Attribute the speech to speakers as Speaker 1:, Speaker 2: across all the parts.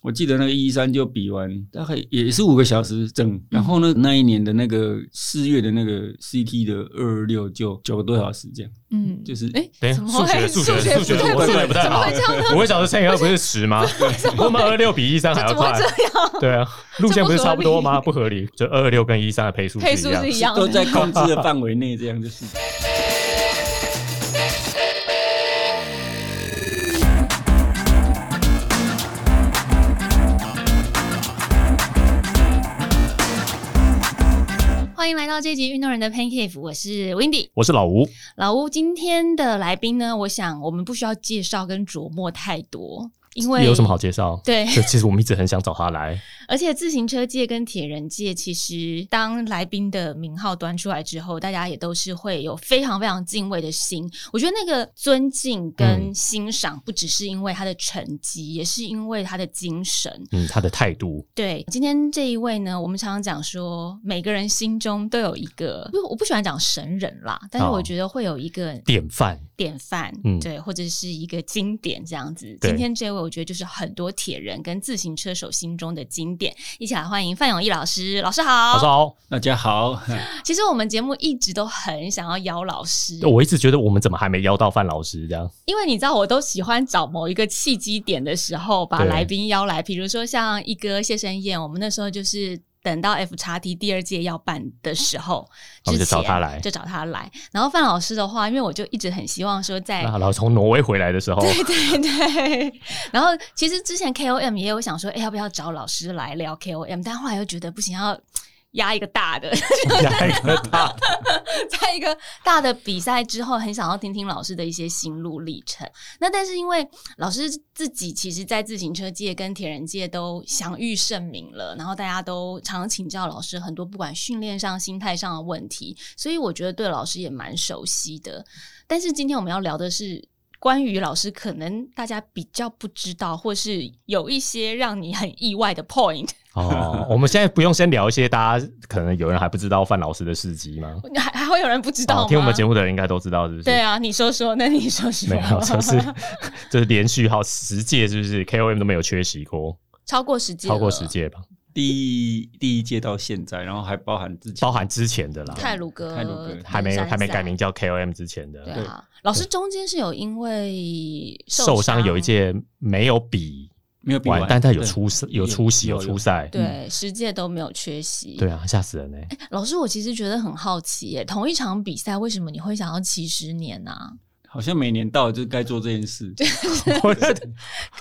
Speaker 1: 我记得那个一三就比完，大概也是五个小时整。
Speaker 2: 嗯
Speaker 1: 然后呢，那一年的那个四月的那个 CT 的二二六就九个多小时这样，
Speaker 3: 嗯，
Speaker 1: 就是
Speaker 3: 哎，
Speaker 2: 等一下
Speaker 3: 怎么
Speaker 2: 数学
Speaker 3: 会
Speaker 2: 数
Speaker 3: 学
Speaker 2: 学数学
Speaker 3: 太
Speaker 2: 我数学不太
Speaker 3: 怎么
Speaker 2: 好
Speaker 3: 会这样呢？
Speaker 2: 五个小时乘以二不是十 吗？我们二六比一三还要
Speaker 3: 怎么会，
Speaker 2: 快
Speaker 3: 这样？
Speaker 2: 对啊，路线不是差不多吗？不合理，就二六跟一三的配速
Speaker 3: 配
Speaker 2: 是
Speaker 3: 速
Speaker 2: 一样啊
Speaker 3: 是。一样
Speaker 1: 都在
Speaker 3: 的。
Speaker 1: 控制的范围内，这样 就是。
Speaker 3: 欢迎来到这集《运动人的 Pan Cave》，我是 Windy
Speaker 2: 我是老吴，
Speaker 3: 老吴。今天的来宾呢，我想我们不需要介绍跟琢磨太多，因为
Speaker 2: 有什么好介绍？
Speaker 3: 对
Speaker 2: 就其实我们一直很想找他来，
Speaker 3: 而且自行车界跟铁人界，其实当来宾的名号端出来之后，大家也都是会有非常非常敬畏的心。我觉得那个尊敬跟
Speaker 2: 嗯
Speaker 3: 欣赏，不只是因为他的成绩，也是因为他的精神。
Speaker 2: 嗯，他的态度，
Speaker 3: 对，今天这一位呢，我们常常讲说，每个人心中都有一个，不我不喜欢讲神人啦，但是
Speaker 2: 哦
Speaker 3: 我觉得会有一个
Speaker 2: 典范，
Speaker 3: 典范，
Speaker 2: 嗯
Speaker 3: 对，或者是一个经典这样子。
Speaker 2: 对
Speaker 3: 今天这位，我觉得就是很多铁人跟自行车手心中的经典。一起来欢迎范永义老师，老师好。
Speaker 2: 老师好。
Speaker 1: 大家好，
Speaker 3: 其实我们节目一直都很想要邀老师，
Speaker 2: 我一直觉得我们怎么还没邀到范老师这样？
Speaker 3: 因为你知道，我都喜欢找某一个契机点的时候，把
Speaker 2: 对
Speaker 3: 来宾邀来。比如说像一哥谢生燕，我们那时候就是等到 F 叉 T 第二届要办的时候，之
Speaker 2: 我们哦就
Speaker 3: 前
Speaker 2: 找他来
Speaker 3: 就找他来。然后范老师的话，因为我就一直很希望说在
Speaker 2: 那老师从挪威回来的时候，
Speaker 3: 哎对对对， 然后其实之前 KOM 也有想说，哎、要不要找老师来聊 KOM？但后来又觉得不行，要压一个大的，
Speaker 2: 下一个他
Speaker 3: 在一个大的比赛之后，很想要听听老师的一些心路历程。那但是因为老师自己其实，在自行车界跟铁人界都享誉盛名了，然后大家都常请教老师很多，不管训练上、心态上的问题，所以我觉得对老师也蛮熟悉的。但是今天我们要聊的是。关于老师，可能大家比较不知道，或是有一些让你很意外的 point，
Speaker 2: 哦，我们现在不用先聊一些大家可能有人还不知道范老师的事迹吗？
Speaker 3: 还还会有人不知道吗？
Speaker 2: 哦听我们节目的人应该都知道，是不是？
Speaker 3: 对啊，你说说，那你说说，
Speaker 2: 没有，就是 就是连续好十届，是不是？KOM 都没有缺席过，
Speaker 3: 超过十届，
Speaker 2: 超过十，届吧，
Speaker 1: 第一第一届到现在，然后还包含自己，
Speaker 2: 包含之前的啦，
Speaker 3: 泰鲁哥，
Speaker 1: 泰鲁格
Speaker 3: 登
Speaker 2: 还没有
Speaker 3: 山
Speaker 2: 还没
Speaker 3: 赛
Speaker 2: 改名，叫 KOM 之前
Speaker 3: 对
Speaker 2: 的，
Speaker 3: 啊。老师中间是有因为
Speaker 2: 受伤有一，届没有比
Speaker 1: 没有比
Speaker 2: 完
Speaker 1: 完，，
Speaker 2: 但他有
Speaker 1: 对
Speaker 2: 出有出席有
Speaker 1: 有
Speaker 2: 出赛，
Speaker 3: 对十届都没有缺席。
Speaker 2: 嗯对，啊，吓死人哎！
Speaker 3: 老师，我其实觉得很好奇耶，同一场比赛为什么你会想要骑十年啊呢？
Speaker 1: 好像每年到了就该做这件事。
Speaker 2: 我觉得，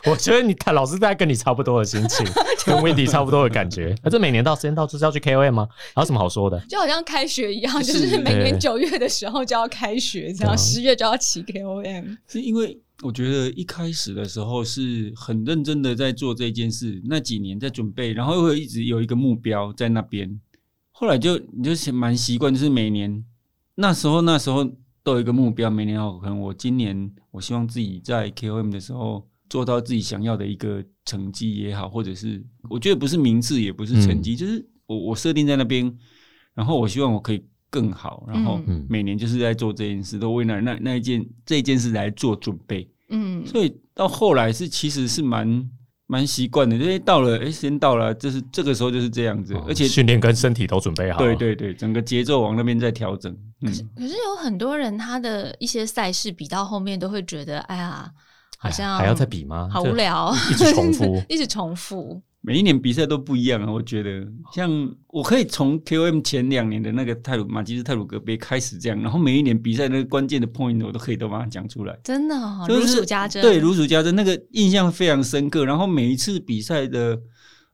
Speaker 2: 我觉得你他老师在跟你差不多的心 情，跟 Wendy 差不多的感觉。那、这每年到时间到就是要去 KOM 吗？还有什么好说的？
Speaker 3: 就好像开学一样，就是是每年
Speaker 2: 对
Speaker 3: 九月的时候就要开学，这
Speaker 2: 对
Speaker 3: 样
Speaker 2: 啊
Speaker 3: 十月就要骑 KOM。
Speaker 1: 是因为我觉得一开始的时候是很认真的在做这件事，那几年在准备，然后又会一直有一个目标在那边。后来就你就蛮习惯，就是每年那时候那时候都有一个目标，每年哦，可能我今年我希望自己在 KOM 的时候做到自己想要的一个成绩也好，或者是我觉得不是名次，也不是成绩，就是我我设定在那边，然后我希望我可以更好，然后
Speaker 3: 嗯
Speaker 2: 嗯
Speaker 1: 每年就是在做这件事，都为那那那一件这一件事来做准备。
Speaker 3: 嗯，
Speaker 1: 所以到后来是其实是蛮蛮习惯的，因为到了哎、诶时间到了，就是这个时候就是这样子，而且
Speaker 2: 训练跟身体都准哦备好了。
Speaker 1: 对对对，整个节奏往那边在调整。嗯，
Speaker 3: 可是有很多人他的一些赛事比到后面都会觉得，哎呀，好
Speaker 2: 哎，
Speaker 3: 像
Speaker 2: 还要再比吗？
Speaker 3: 好
Speaker 2: 这
Speaker 3: 无。聊，
Speaker 2: 一直 重复
Speaker 3: 一直重复。
Speaker 1: 每一年比赛都不一样啊，我觉得像我可以从 KOM 前两年的那个泰鲁马吉斯泰鲁格杯开始这样，然后每一年比赛那个关键的 point 我都可以都把它讲出来。
Speaker 3: 真的、哦，
Speaker 1: 就
Speaker 3: 如
Speaker 1: 是
Speaker 3: 数家珍。
Speaker 1: 对，如数家珍，那个印象非常深刻。然后每一次比赛的，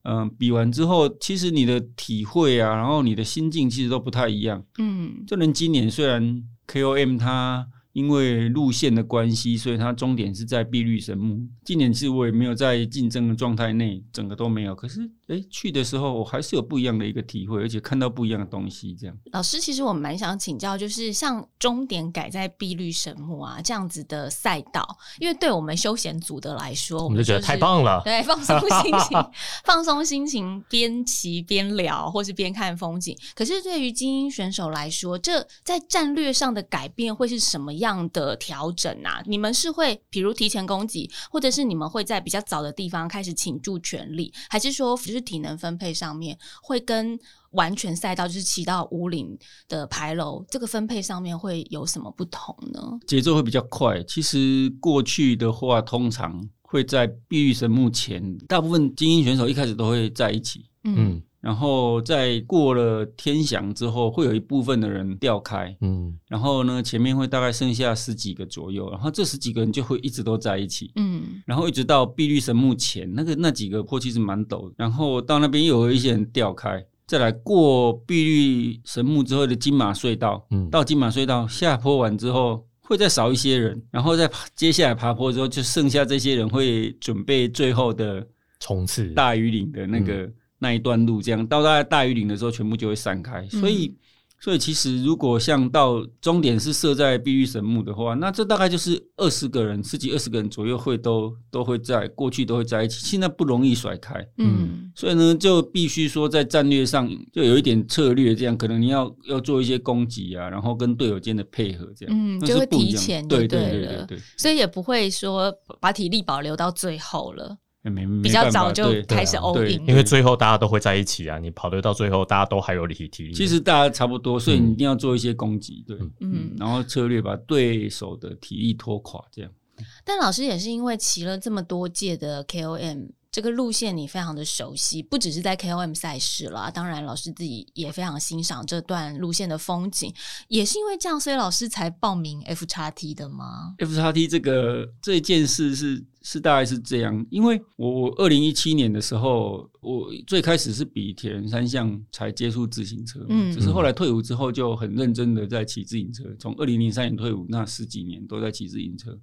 Speaker 1: 嗯、比完之后，其实你的体会啊，然后你的心境其实都不太一样。
Speaker 3: 嗯
Speaker 1: 就连今年虽然 KOM 它因为路线的关系，所以它终点是在碧绿神木。今年其实我也没有在竞争的状态内，整个都没有。可是，诶，去的时候我还是有不一样的一个体会，而且看到不一样的东西，这样。
Speaker 3: 老师，其实我蛮想请教，就是像终点改在碧绿神木啊这样子的赛道，因为对我们休闲组的来说，
Speaker 2: 我
Speaker 3: 我
Speaker 2: 们
Speaker 3: 们
Speaker 2: 就觉得太。棒了。
Speaker 3: 对，放松心情， 放松心情，边骑边聊，或是边看风景。可是对于精英选手来说，这在战略上的改变会是什么样的调整啊？你们是会比如提前供给，或者是你们会在比较早的地方开始倾注全力，还是说就是体能分配上面会跟完全赛道就是骑到五岭的牌楼这个分配上面会有什么不同呢？
Speaker 1: 节奏会比较快。其实过去的话，通常会在碧玉神木前，大部分精英选手一开始都会在一起，
Speaker 3: 嗯
Speaker 2: 嗯
Speaker 1: 然后在过了天祥之后，会有一部分的人调开，
Speaker 2: 嗯
Speaker 1: 然后呢，前面会大概剩下十几个左右，然后这十几个人就会一直都在一起。
Speaker 3: 嗯
Speaker 1: 然后一直到碧绿神木前，那个那几个坡其实蛮陡的，然后到那边又有一些人调开，再来过碧绿神木之后的金马隧道，
Speaker 2: 嗯，
Speaker 1: 到金马隧道下坡完之后，会再少一些人，然后再爬接下来爬坡之后，就剩下这些人会准备最后的
Speaker 2: 冲刺
Speaker 1: 大鱼岭的那个、那一段路，这样到大概大鱼岭的时候，全部就会散开。所以，所以其实如果像到终点是设在碧玉神木的话，那这大概就是二十个人，十几二十个人左右会都都会在过去都会在一起，现在不容易甩开。
Speaker 3: 嗯
Speaker 1: 所以呢，就必须说在战略上就有一点策略，这样可能你要要做一些攻击啊，然后跟队友间的配合这样，
Speaker 3: 嗯
Speaker 1: 那
Speaker 3: 就是会
Speaker 1: 不一
Speaker 3: 提
Speaker 1: 样
Speaker 3: 前就
Speaker 1: 对
Speaker 3: 对
Speaker 1: 对
Speaker 3: 了
Speaker 1: 对对，
Speaker 3: 所以也不会说把体力保留到最后了，
Speaker 1: 哎没没
Speaker 3: 比较
Speaker 1: 办法
Speaker 3: 早就
Speaker 1: 对
Speaker 3: 开始
Speaker 2: 对啊
Speaker 3: all
Speaker 1: 对
Speaker 3: in
Speaker 2: 因为最后大家都会在一起啊，你跑得到最后，大家都还有体体力。
Speaker 1: 其实大家差不多，所以你一定要做一些攻击，对，
Speaker 3: 嗯
Speaker 1: 嗯，然后策略把对手的体力拖垮，这样。
Speaker 3: 但老师也是因为骑了这么多届的 KOM。这个路线你非常的熟悉，不只是在 KOM 赛事啦，当然老师自己也非常欣赏这段路线的风景，也是因为这样，所以老师才报名 F 叉 T 的吗？
Speaker 1: F 叉 T 这个这件事是是大概是这样，因为我我二零一七年的时候，我最开始是比铁人三项才接触自行车，嗯，
Speaker 3: 嗯
Speaker 1: 只是后来退伍之后就很认真的在骑自行车，从二零零三年退伍那十几年都在骑自行车。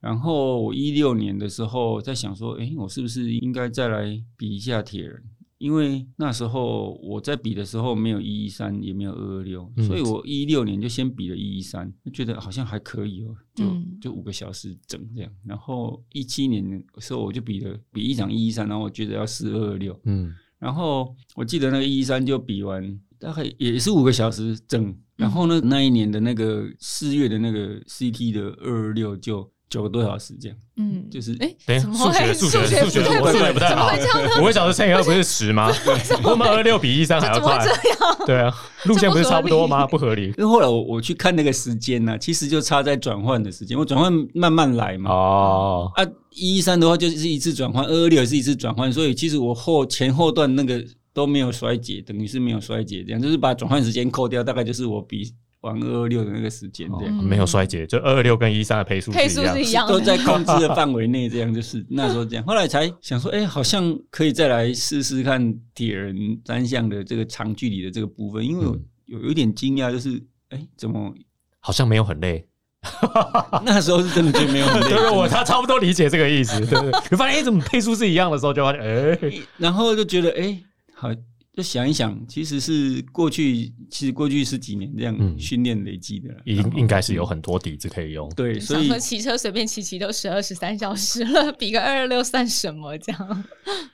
Speaker 1: 然后我一六年的时候在想说，诶，我是不是应该再来比一下铁人？因为那时候我在比的时候没有一一三，也没有二二六，
Speaker 2: 嗯
Speaker 1: 所以我一六年就先比了一一三，就觉得好像还可以哦，就、
Speaker 3: 嗯
Speaker 1: 就五个小时整这样。然后一七年的时候我就比了比一场一一三，然后我觉得要四二二六，
Speaker 2: 嗯，
Speaker 1: 然后我记得那个一三就比完，大概也是五个小时整。然后呢，那一年的那个四月的那个 CT 的二六就九个多小时这样，
Speaker 3: 嗯，
Speaker 1: 就是
Speaker 3: 哎，
Speaker 2: 等
Speaker 3: 怎
Speaker 2: 一下
Speaker 3: 么
Speaker 2: 数
Speaker 3: 会
Speaker 2: 学数学数学
Speaker 3: 不太
Speaker 2: 我
Speaker 3: 准
Speaker 2: 也不太
Speaker 3: 怎么
Speaker 2: 好
Speaker 3: 会这样呢？，
Speaker 2: 我小时乘以二不是十 吗？我们二六比一三还
Speaker 3: 这
Speaker 2: 要
Speaker 3: 怎么会
Speaker 2: 快
Speaker 3: 这，样？
Speaker 2: 对啊，路线不是差不多吗？不合理
Speaker 1: 因为后来我我去看那个时间呢、其实就差在转换的时间，我转换慢慢来嘛。
Speaker 2: 哦，
Speaker 1: 啊，一三的话就是一次转换，二二六也是一次转换，所以其实我后前后段那个都没有衰竭，等于是没有衰竭，这样就是把转换时间扣掉，大概就是我比玩二二六的那个时间这样。
Speaker 3: 嗯
Speaker 2: 哦没有衰竭，就二六跟一三的配速
Speaker 3: 配
Speaker 2: 是
Speaker 3: 速
Speaker 2: 一样
Speaker 3: 是。一样
Speaker 1: 都在
Speaker 3: 的，
Speaker 1: 控制的范围内，这样就是那时候这样。后来才想说，哎、好像可以再来试试看铁人单项的这个长距离的这个部分，因为我
Speaker 2: 嗯
Speaker 1: 有有一点惊讶，就是哎、怎么
Speaker 2: 好像没有很累。
Speaker 1: 那时候是真的就没有很 累
Speaker 2: 对对，我他差不多理解这个意 思。对对，你发现哎，怎么配速是一样的时候，就发现 哎，
Speaker 1: 然后就觉得哎、好，就想一想，其实是过去，其实过去十几年这样
Speaker 2: 嗯
Speaker 1: 训练累积的啦，
Speaker 2: 应应该是有很多底子可以用。
Speaker 1: 对，所
Speaker 3: 想
Speaker 1: 以
Speaker 3: 说骑车随便骑骑都十二十三小时了，比个二二六算什么？这样，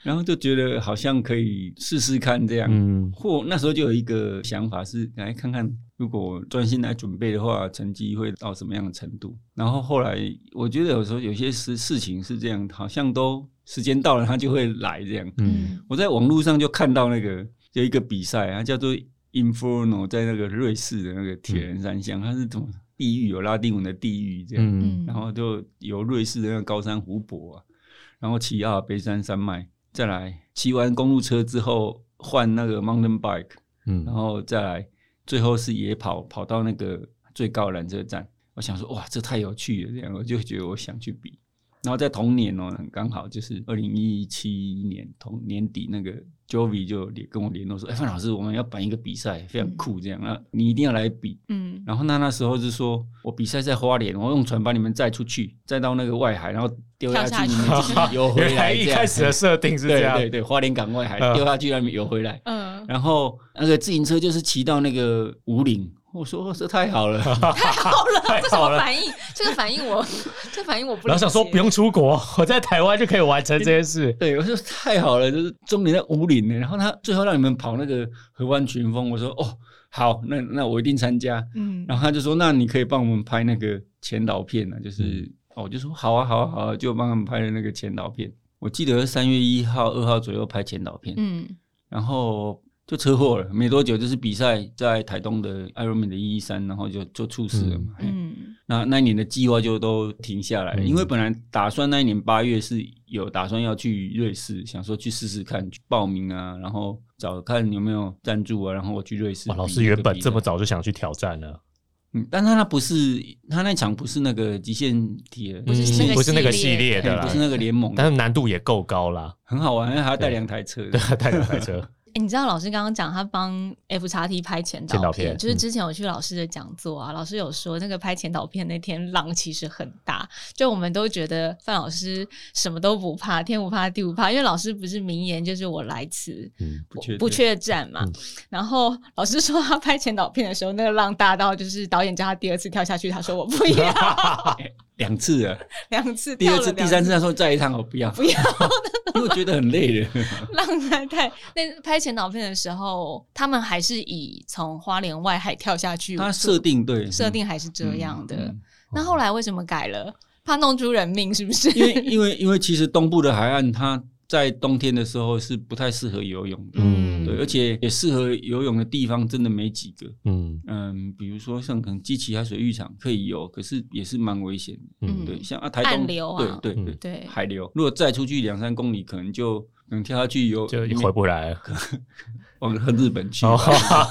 Speaker 1: 然后就觉得好像可以试试看这样。
Speaker 2: 嗯，
Speaker 1: 或那时候就有一个想法是，来看看如果专心来准备的话，成绩会到什么样的程度。然后后来我觉得有时候有些事事情是这样，好像都时间到了，它就会来这样。
Speaker 2: 嗯，
Speaker 1: 我在网络上就看到那个有一个比赛，啊它叫做 Inferno，在那个瑞士的那个铁人三项，它是怎么地狱有拉丁文的地狱这样，
Speaker 2: 嗯
Speaker 1: 然后就由瑞士的那个高山湖泊啊，然后骑阿尔卑山山脉，再来骑完公路车之后换那个 mountain bike，然
Speaker 2: 嗯，
Speaker 1: 后再来最后是野跑，跑到那个最高缆车站。我想说，哇，这太有趣了，这样我就觉得我想去比。然后在同年哦，很刚好就是二零一七年同年底，那个 Jovi 就联跟我联络说，哎，范老师，我们要办一个比赛，非常酷，这样，那你一定要来比。
Speaker 3: 嗯
Speaker 1: 然后那那时候是说我比赛在花莲，我用船把你们载出去，载到那个外海，然后丢下
Speaker 3: 跳下
Speaker 1: 去，
Speaker 3: 去
Speaker 1: 你们自 己游回
Speaker 2: 原来
Speaker 1: 来。
Speaker 2: 一
Speaker 1: 这样
Speaker 2: 开始的设定是这
Speaker 1: 对
Speaker 2: 样，
Speaker 1: 对对，花莲港外海
Speaker 2: 嗯
Speaker 1: 丢下去，让你们游回来。
Speaker 3: 嗯，
Speaker 1: 然后那个自行车就是骑到那个五岭，我说哦这太好 了，
Speaker 3: 好了，
Speaker 2: 太
Speaker 3: 这什
Speaker 2: 好
Speaker 3: 么
Speaker 2: 了
Speaker 3: 反应？这个反应我， 这反应我不
Speaker 2: 然
Speaker 3: 了解。
Speaker 2: 后想说不用出国，我在台湾就可以完成这 件事。
Speaker 1: 对我说太好了，就是终点在五岭呢。然后他最后让你们跑那个河湾群峰，我说哦好，那那我一定参加。
Speaker 3: 嗯，
Speaker 1: 然后他就说那你可以帮我们拍那个前导片啊，
Speaker 3: 嗯
Speaker 1: 就是哦我就说好啊好啊好啊，就帮他们拍了那个前导片。我记得三月一号、二号左右拍前导片，
Speaker 3: 嗯
Speaker 1: 然后就车祸了，没多久就是比赛在台东的 Ironman 的一一三，然后就就猝死了嘛。嘿
Speaker 3: 嗯
Speaker 1: 那那一年的计划就都停下来了，
Speaker 2: 嗯
Speaker 1: 因为本来打算那一年八月是有打算要去瑞士，想说去试试看，去报名啊，然后找看有没有赞助啊，然后我去瑞士。
Speaker 2: 哇，老师原本这么，早就想去挑战了，
Speaker 1: 嗯，但他那不是他那场不是那个极限铁，
Speaker 3: 不是
Speaker 1: 极
Speaker 3: 那
Speaker 1: 限
Speaker 3: 个
Speaker 2: 嗯不是那个
Speaker 3: 系
Speaker 2: 系
Speaker 3: 列
Speaker 2: 列的
Speaker 1: 嘿
Speaker 2: 啦
Speaker 1: 不，是那个联盟的，
Speaker 2: 但是难度也够高啦。
Speaker 1: 很好玩，还要带两台车。
Speaker 2: 对，啊带两台车，
Speaker 3: 诶哎你知道老师刚刚讲他帮 F 叉 T 拍前
Speaker 2: 前
Speaker 3: 导
Speaker 2: 导片
Speaker 3: 就是
Speaker 2: 嗯
Speaker 3: 之前我去老师的讲座啊，老师有说那个拍前导片那天浪其实很大，就我们都觉得范老师什么都不怕，天不怕地不怕，因为老师不是名言就是我来迟。
Speaker 2: 嗯，
Speaker 1: 不缺
Speaker 3: 不缺战嘛，
Speaker 2: 嗯
Speaker 3: 然后老师说他拍前导片的时候，那个浪大到就是导演叫他第二次跳下去，他说我不 要，
Speaker 1: 两次啊，
Speaker 3: 两次，
Speaker 1: 第
Speaker 3: 跳
Speaker 1: 二
Speaker 3: 了
Speaker 1: 次、第
Speaker 3: 两
Speaker 1: 三次，他说再一趟我不要，
Speaker 3: 不要，
Speaker 1: 因为觉得很累了。
Speaker 3: 浪太太。那拍前导片的时候，他们还是以从花莲外海跳下去，
Speaker 1: 他设定对
Speaker 3: 设定还是这样的。
Speaker 1: 嗯嗯
Speaker 3: 那后来为什么改了？怕弄出人命是不是？
Speaker 1: 因为 因为因为其实东部的海岸，它在冬天的时候是不太适合游泳的，
Speaker 2: 嗯
Speaker 1: 对，而且也适合游泳的地方真的没几个。
Speaker 2: 嗯
Speaker 1: 嗯，比如说像可能基奇海水浴场可以游，可是也是蛮危险的。
Speaker 3: 嗯
Speaker 2: 嗯，
Speaker 1: 对，像啊台东
Speaker 3: 暗流啊
Speaker 1: 对对
Speaker 2: 嗯
Speaker 1: 对，
Speaker 3: 对
Speaker 1: 海流，如果再出去两三公里，可能就可能跳下去游，
Speaker 2: 就
Speaker 1: 你
Speaker 2: 回不来了，
Speaker 1: 往日本去。
Speaker 2: 哦，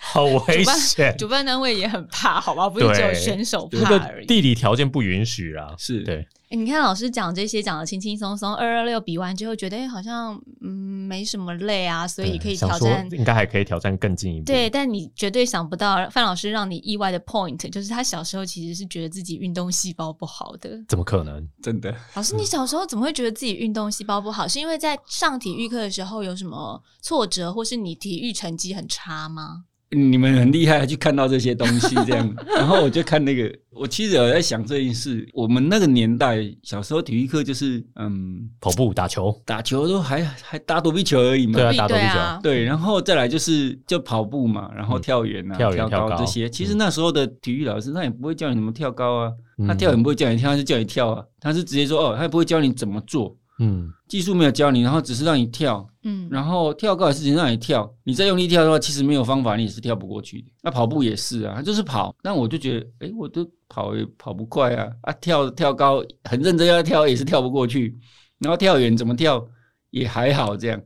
Speaker 2: 好危
Speaker 3: 主办
Speaker 2: 险。
Speaker 3: 主办单位也很怕，好吧？不是
Speaker 2: 对
Speaker 3: 只有选手
Speaker 2: 这
Speaker 3: 怕而
Speaker 2: 个
Speaker 3: 已。
Speaker 2: 地理条件不允许啦，
Speaker 1: 是
Speaker 2: 对，
Speaker 3: 诶哎你看老师讲这些讲的轻轻松松，二二六比完之后觉得、诶好像嗯没什么累啊，所以可以
Speaker 2: 想
Speaker 3: 挑
Speaker 2: 说
Speaker 3: 战。
Speaker 2: 应该还可以挑战更进一步。
Speaker 3: 对，，但你绝对想不到范老师让你意外的 point，就是他小时候其实是觉得自己运动细胞不好的。
Speaker 2: 怎么可能？
Speaker 1: 真的，
Speaker 3: 老师，你小时候怎么会觉得自己运动细胞不好？是因为在上体育课的时候有什么挫折，或是你体育成绩很差吗？
Speaker 1: 你们很厉害，去看到这些东西这样。 然后我就看那个，我其实有在想这件事。我们那个年代小时候体育课就是，嗯，
Speaker 2: 跑步、打球，
Speaker 1: 打球都还还打躲避球而已嘛。
Speaker 2: 对啊，
Speaker 3: 对
Speaker 2: 打躲避球，
Speaker 3: 啊
Speaker 1: 对然后再来就是就跑步嘛，然后
Speaker 2: 嗯
Speaker 1: 跳远啊、
Speaker 2: 跳远
Speaker 1: 高
Speaker 2: 跳高
Speaker 1: 这些。其实那时候的体育老师他也不会教你怎么跳高啊，
Speaker 2: 嗯
Speaker 1: 他跳远不会教你跳，他是叫你跳啊，他是直接说哦，他也不会教你怎么做，
Speaker 2: 嗯，
Speaker 1: 技术没有教你，然后只是让你跳，
Speaker 3: 嗯，
Speaker 1: 然后跳高也是只让你跳，你再用力跳的话，其实没有方法，你也是跳不过去的。那跑步也是啊，它就是跑。但我就觉得，哎，我都跑也跑不快啊，啊，跳跳高很认真要跳也是跳不过去，然后跳远怎么跳也还好这样。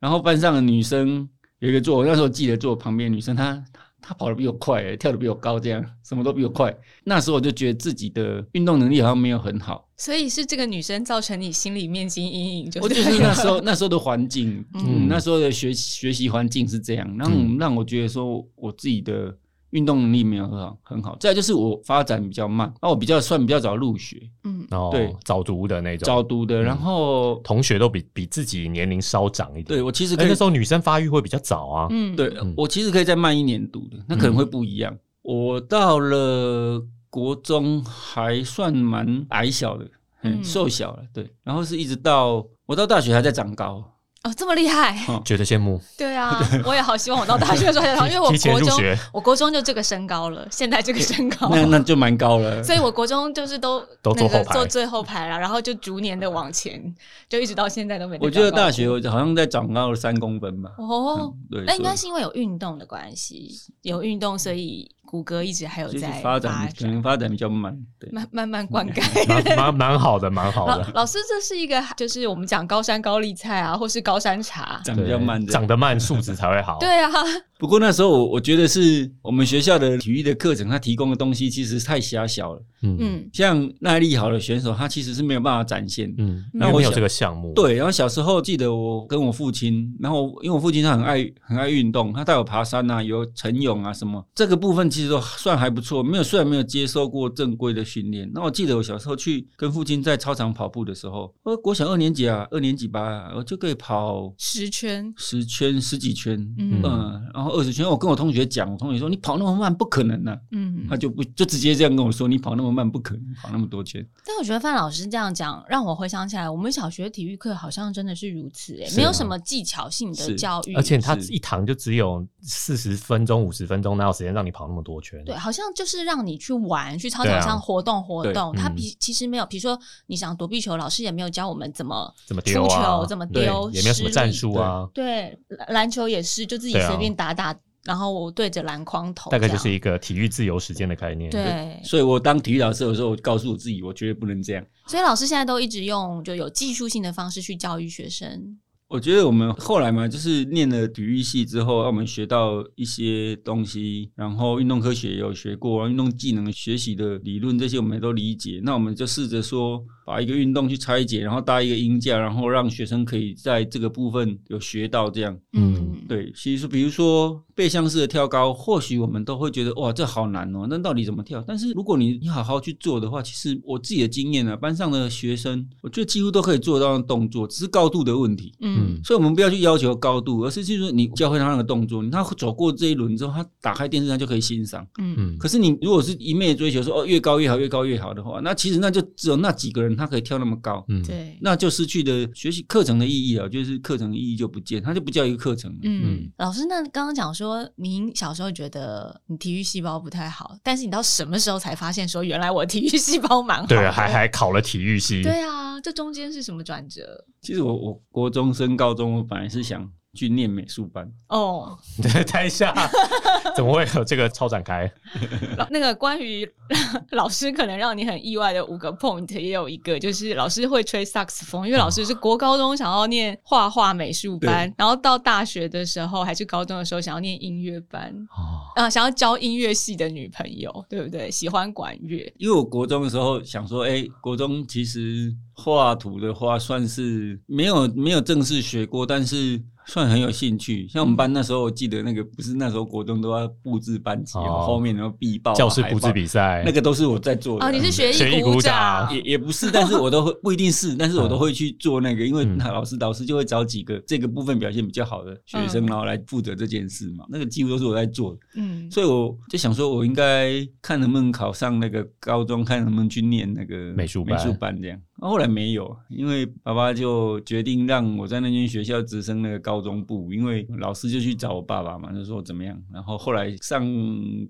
Speaker 1: 然后班上的女生有一个坐，我那时候记得坐我旁边的女生，她她她跑得比我快、诶跳得比我高，这样什么都比我快。那时候我就觉得自己的运动能力好像没有很好。
Speaker 3: 所以是这个女生造成你心里面积阴影，就
Speaker 1: 我就是那时候那时候的环境，
Speaker 3: 嗯
Speaker 1: 嗯，那时候的学习学习环境是这样，让
Speaker 2: 嗯
Speaker 1: 让我觉得说我自己的运动能力没有很好，很好。再来就是我发展比较慢，那我比较算比较早入学，
Speaker 3: 嗯
Speaker 2: 哦，
Speaker 1: 对
Speaker 2: 早嗯读的那种，
Speaker 1: 早读的，然后
Speaker 2: 同学都比比自己年龄稍长一点。
Speaker 1: 对我其实
Speaker 2: 哎
Speaker 1: 可以
Speaker 2: 那时候女生发育会比较早啊。
Speaker 3: 嗯，
Speaker 1: 对
Speaker 2: 嗯
Speaker 1: 我其实可以再慢一年读的，那可能会不一样。我到了国中还算蛮矮小的，
Speaker 3: 嗯
Speaker 1: 嗯，瘦小了，对。然后是一直到我到大学还在长高，
Speaker 3: 哦，这么厉害，
Speaker 2: 觉得羡慕，
Speaker 3: 对啊，我也好希望我到大学的时候才长，因为我
Speaker 2: 提前
Speaker 3: 国
Speaker 2: 入
Speaker 3: 中
Speaker 2: 学
Speaker 3: 我国中就这个身高了，现在这个身高，
Speaker 1: 那那就蛮高了。
Speaker 3: 所以我国中就是都
Speaker 2: 都
Speaker 3: 那
Speaker 2: 坐
Speaker 3: 个
Speaker 2: 后排
Speaker 3: 坐最后排了，然后就逐年的往前，就一直到现在都没。
Speaker 1: 我觉得大学我好像在长高了三公分吧。
Speaker 3: 哦，
Speaker 1: 嗯对，
Speaker 3: 那应该
Speaker 1: 所
Speaker 3: 是因为有运动的关系，有运动，所以骨骼一直还有
Speaker 1: 以就是
Speaker 3: 在
Speaker 1: 发
Speaker 3: 展
Speaker 1: 展，可能发展比较慢。对，
Speaker 3: 慢慢慢灌溉。
Speaker 2: 蛮蛮蛮好的，蛮 好
Speaker 3: 老
Speaker 2: 的。
Speaker 3: 老师，这是一个就是我们讲高山高丽菜啊，或是高山茶，
Speaker 1: 长比较慢这样。
Speaker 2: 长得慢，素质才会好。
Speaker 3: 对啊，
Speaker 1: 不过那时候我我觉得是我们学校的体育的课程，它提供的东西其实太狭小了。
Speaker 2: 嗯
Speaker 3: 嗯
Speaker 1: 像耐力好的选手，他其实是没有办法展现。
Speaker 2: 嗯，
Speaker 1: 那
Speaker 2: 因为
Speaker 1: 我
Speaker 2: 没有
Speaker 1: 想
Speaker 2: 这个项目，，
Speaker 1: 对，然后小时候记得我跟我父亲，然后因为我父亲他很爱很爱运动，他带我爬山啊，有晨泳啊什么，这个部分其实都算还不错。没有虽然没有接受过正规的训练，那我记得我小时候去跟父亲在操场跑步的时候，我国小二年级啊，二年级吧，我就可以跑
Speaker 3: 十圈，
Speaker 1: 十圈十几圈。
Speaker 3: 嗯
Speaker 1: 嗯，然后二十圈，我跟我同学讲，我同学说你跑那么慢不可能啊，
Speaker 3: 嗯
Speaker 1: 他就不就直接这样跟我说，你跑那么慢不可能，跑那么多圈。
Speaker 3: 但我觉得范老师这样讲，让我回想起来，我们小学体育课好像真的是如此、欸，
Speaker 2: 是啊
Speaker 3: 没有什么技巧性的
Speaker 1: 是
Speaker 3: 教育，
Speaker 2: 而且他
Speaker 1: 是
Speaker 2: 一堂就只有四十分钟、五十分钟，哪有时间让你跑那么多圈？
Speaker 3: 对，啊好像就是让你去玩，去操
Speaker 2: 对
Speaker 3: 场
Speaker 2: 啊
Speaker 3: 上活动活
Speaker 1: 对
Speaker 3: 动。他
Speaker 2: 嗯
Speaker 3: 比其实没有，比如说你想躲避球，老师也没有教我们怎么
Speaker 2: 怎么
Speaker 3: 出
Speaker 2: 丢啊？
Speaker 3: 球怎么
Speaker 2: 对
Speaker 3: 丢
Speaker 2: 也没有什么
Speaker 3: 失
Speaker 2: 战
Speaker 3: 力
Speaker 2: 术啊，
Speaker 3: 对篮篮球也是，就自己
Speaker 2: 对啊
Speaker 3: 随便打打，然后我对着篮筐投这
Speaker 2: 大
Speaker 3: 样，
Speaker 2: 概就是一个体育自由时间的概念。
Speaker 3: 对。
Speaker 1: 所以我当体育老师的时候，我告诉我自己，我绝对不能这样。
Speaker 3: 所以老师现在都一直用就有技术性的方式去教育学生。
Speaker 1: 我觉得我们后来嘛，就是念了体育系之后，让我们学到一些东西，然后运动科学也有学过，然后运动技能学习的理论这些我们也都理解。那我们就试着说，把一个运动去拆解，然后搭一个音架，然后让学生可以在这个部分有学到这样。
Speaker 3: 嗯，
Speaker 1: 对，其实说比如说背向式的跳高，或许我们都会觉得哇，这好难哦，那到底怎么跳？但是如果你你好好去做的话，其实我自己的经验啊，班上的学生，我觉得几乎都可以做到的动作，只是高度的问题。
Speaker 3: 嗯，
Speaker 1: 所以，我们不要去要求高度，而是就是说你教会他那个动作，他走过这一轮之后，他打开电视，他就可以欣赏。
Speaker 3: 嗯，
Speaker 2: 嗯，
Speaker 1: 可是，你如果是一昧追求说哦越高越好，越高越好的话，那其实那就只有那几个人他可以跳那么高，
Speaker 2: 嗯，
Speaker 3: 对，
Speaker 1: 那就失去了学习课程的意义了，就是课程的意义就不见，它就不叫一个课程了。
Speaker 3: 嗯
Speaker 2: 嗯，
Speaker 3: 老师，那刚刚讲说，您小时候觉得你体育细胞不太好，但是你到什么时候才发现说，原来我体育细胞蛮好的？
Speaker 2: 对啊，还还考了体育系，
Speaker 3: 对啊，这中间是什么转折？
Speaker 1: 其实我我国中升高中，我本来是想去念美术班，
Speaker 3: 哦，
Speaker 2: 对，台 下怎么会有这个超展开？
Speaker 3: 老那个关于 老师可能让你很意外的五个 point，也有一个就是老师会吹萨克斯风，因为老师是
Speaker 2: 啊
Speaker 3: 国高中想要念画画美术班，然后到大学的时候还是高中的时候想要念音乐班。
Speaker 2: 哦，
Speaker 3: 啊、想要交音乐系的女朋友，对不对？喜欢管乐，
Speaker 1: 因为我国中的时候想说，哎、国中其实画图的话算是没有没有正式学过，但是算很有兴趣。像我
Speaker 2: 嗯
Speaker 1: 们班那时候，我记得那个不是那时候国中都要布置班级，
Speaker 2: 哦
Speaker 1: 后面然后必报啊
Speaker 2: 教室布置，
Speaker 1: 海
Speaker 2: 比赛
Speaker 1: 报那个都是我在做的。
Speaker 3: 哦，你是学
Speaker 2: 学艺
Speaker 3: 艺
Speaker 2: 鼓
Speaker 3: 掌
Speaker 2: 掌，
Speaker 1: 也也不是，但是我都会不一定是，但是我都会去做那个，因为
Speaker 2: 嗯
Speaker 1: 那老师老师就会找几个这个部分表现比较好的学生，然后来负责这件事嘛。那个几乎都是我在做的。
Speaker 3: 嗯，
Speaker 1: 所以我就想说，我应该看能不能考上那个高中，看能不能去念那个
Speaker 2: 美术班
Speaker 1: 美术班这样。啊后来没有，因为爸爸就决定让我在那间学校直升那个高中部，因为老师就去找我爸爸嘛，就说怎么样。然后后来上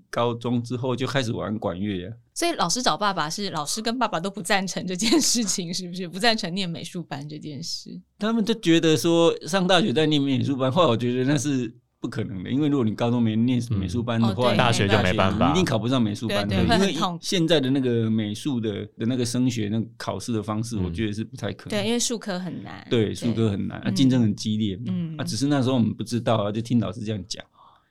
Speaker 1: 高中之后就开始玩管乐、啊，
Speaker 3: 所以老师找爸爸是老师跟爸爸都不赞成这件事情，是不是？不赞成念美术班这件事。
Speaker 1: 他们就觉得说上大学再念美术班，后来我觉得那是。不可能的，因为如果你高中没念
Speaker 2: 嗯
Speaker 1: 美术班的
Speaker 3: 哦
Speaker 1: 话，
Speaker 3: 对
Speaker 1: 你
Speaker 3: 大学就没
Speaker 2: 办法
Speaker 1: 你一定考不上美术班的。
Speaker 3: 对对会
Speaker 1: 因
Speaker 3: 很
Speaker 1: 为
Speaker 3: 痛
Speaker 1: 现在的那个美术的的那个升学那个考试的方式，
Speaker 2: 嗯
Speaker 1: 我觉得是不太可能。
Speaker 3: 对，因为术科很难。
Speaker 1: 对，数科很难，啊
Speaker 3: 嗯
Speaker 1: 竞争很激烈嘛。
Speaker 3: 嗯
Speaker 1: 啊，只是那时候我们不知道啊，就听老师这样讲，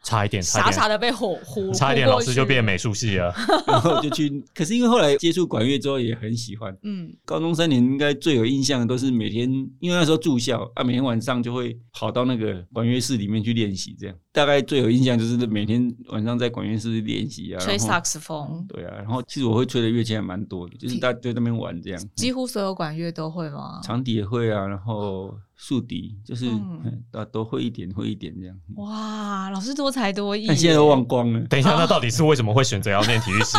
Speaker 2: 差一点，差
Speaker 3: 傻
Speaker 2: 一
Speaker 3: 傻
Speaker 2: 点，
Speaker 3: 的被唬唬，
Speaker 2: 差一点，
Speaker 3: 唬
Speaker 2: 老
Speaker 3: 过
Speaker 2: 师就
Speaker 3: 去
Speaker 2: 变。美术系了。
Speaker 1: 然后就去。 可是因为后来接触管乐之后，也很喜欢。
Speaker 3: 嗯，
Speaker 1: 高中三年应该最有印象的都是每天，因为那时候住校啊，每天晚上就会跑到那个管乐室里面去练习，这样大概最有印象就是每天晚上在管乐室练习啊，
Speaker 3: 吹
Speaker 1: 然后
Speaker 3: 萨克斯风，
Speaker 1: 对啊，然后其实我会吹的乐器还蛮多的，就是大家在那边玩这样，
Speaker 3: 几乎所有管乐都会吗？
Speaker 1: 长笛也会啊，然后竖笛就是
Speaker 3: 嗯
Speaker 1: 嗯 啊都会一点，会一点这样，
Speaker 3: 哇，老师多才多艺。
Speaker 1: 但现在都忘 光了。
Speaker 2: 等一下，那到底是为什么会选择要念体育系？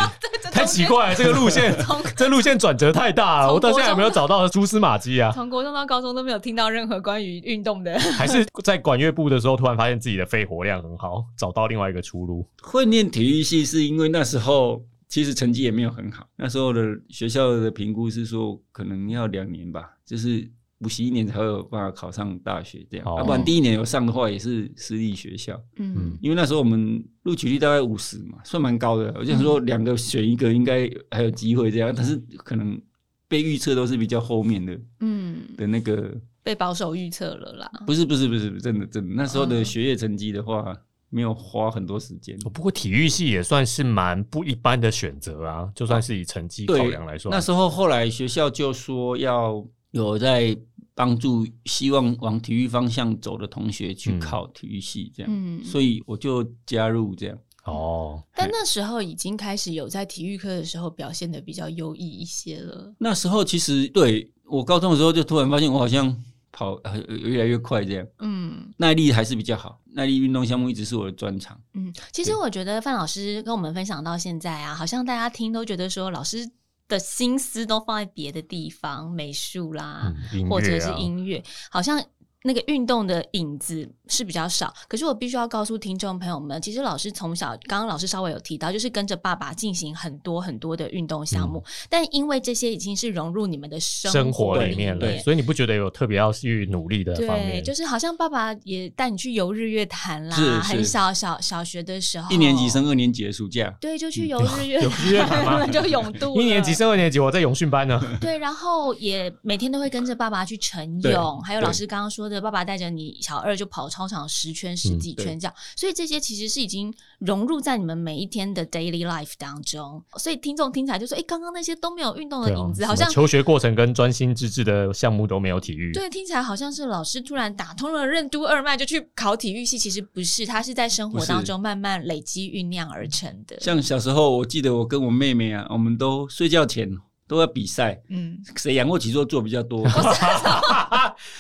Speaker 2: 太奇怪了，这个路线
Speaker 3: 从，
Speaker 2: 这路线转折太大了，
Speaker 3: 从
Speaker 2: 我到现
Speaker 3: 国
Speaker 2: 在
Speaker 3: 中
Speaker 2: 还没有找到蛛丝马迹啊！
Speaker 3: 从国中到高中都没有听到任何关于运动的。
Speaker 2: 还是在管乐部的时候，突然发现自己的肺活量很好，找到另外一个出路。
Speaker 1: 会念体育系是因为那时候其实成绩也没有很好，那时候的学校的评估是说可能要两年吧，就是补习一年才会有办法考上大学这样，要、
Speaker 2: 哦
Speaker 1: 不然第一年有上的话也是私立学校，
Speaker 3: 嗯
Speaker 2: 嗯
Speaker 1: 因为那时候我们录取率大概五十嘛，算蛮高的。我就想说两个选一个应该还有机会这样，但是可能被预测都是比较后面的
Speaker 3: 嗯，
Speaker 1: 的那个，
Speaker 3: 被保守预测了啦。
Speaker 1: 不是不是不是真的真的，那时候
Speaker 3: 嗯
Speaker 1: 的学业成绩的话。没有花很多时间。
Speaker 2: 不过体育系也算是蛮不一般的选择啊，就算是以成绩考
Speaker 1: 对
Speaker 2: 量来说，
Speaker 1: 那时候后来学校就说要有在帮助希望往体育方向走的同学去
Speaker 2: 嗯
Speaker 1: 考体育系这样，
Speaker 3: 嗯
Speaker 1: 所以我就加入这样。
Speaker 2: 哦，
Speaker 3: 但那时候已经开始有在体育课的时候表现的比较优异一些了。
Speaker 1: 那时候其实对我高中的时候就突然发现我好像跑呃越来越快这样，
Speaker 3: 嗯
Speaker 1: 耐力还是比较好，耐力运动项目一直是我的专长。
Speaker 3: 嗯，其实我觉得范老师跟我们分享到现在啊，好像大家听都觉得说老师的心思都放在别的地方，美术啦，
Speaker 2: 嗯，音
Speaker 3: 或者
Speaker 2: 乐
Speaker 3: 是
Speaker 2: 啊，
Speaker 3: 音乐，好像那个运动的影子是比较少。可是我必须要告诉听众朋友们，其实老师从小，刚刚老师稍微有提到，就是跟着爸爸进行很多很多的运动项目，但因为这些已经是融入你们的生
Speaker 2: 嗯生活
Speaker 3: 活
Speaker 2: 里面了，
Speaker 3: 面。
Speaker 2: 所以你不觉得有特别要去努力的方
Speaker 3: 对，
Speaker 2: 面？
Speaker 3: 就是好像爸爸也带你去游日月潭啦，
Speaker 1: 是
Speaker 3: 很
Speaker 1: 是
Speaker 3: 小小小学的时候，
Speaker 1: 一年级升二年级的暑假，
Speaker 3: 对，就去游日月
Speaker 2: 嗯 有日月潭吗
Speaker 3: 了，就泳渡了，
Speaker 2: 一年级升二年级，我在泳训班呢。
Speaker 3: 对，然后也每天都会跟着爸爸去晨
Speaker 1: 对
Speaker 3: 泳，还有老
Speaker 1: 对
Speaker 3: 师刚刚说的，爸爸带着你小二就跑操场十圈、十
Speaker 2: 嗯
Speaker 3: 几
Speaker 1: 对
Speaker 3: 圈这样，所以这些其实是已经融入在你们每一天的 daily life 当中。所以听众听起来就说：“哎，刚刚那些都没有运动的
Speaker 2: 对
Speaker 3: 哦
Speaker 2: 啊
Speaker 3: 影子，
Speaker 2: 什
Speaker 3: 好
Speaker 2: 么
Speaker 3: 像
Speaker 2: 求学过程跟专心致志的项目都没有体育。
Speaker 3: 对，听起来好像是老师突然打通了任督二脉，就去考体育系。其实不是，他是在生活
Speaker 1: 不是
Speaker 3: 当中慢慢累积酝酿而成的。
Speaker 1: 像小时候我记得我跟我妹妹啊，我们都睡觉前都要比赛，
Speaker 3: 嗯，
Speaker 1: 谁仰卧起坐做比较多。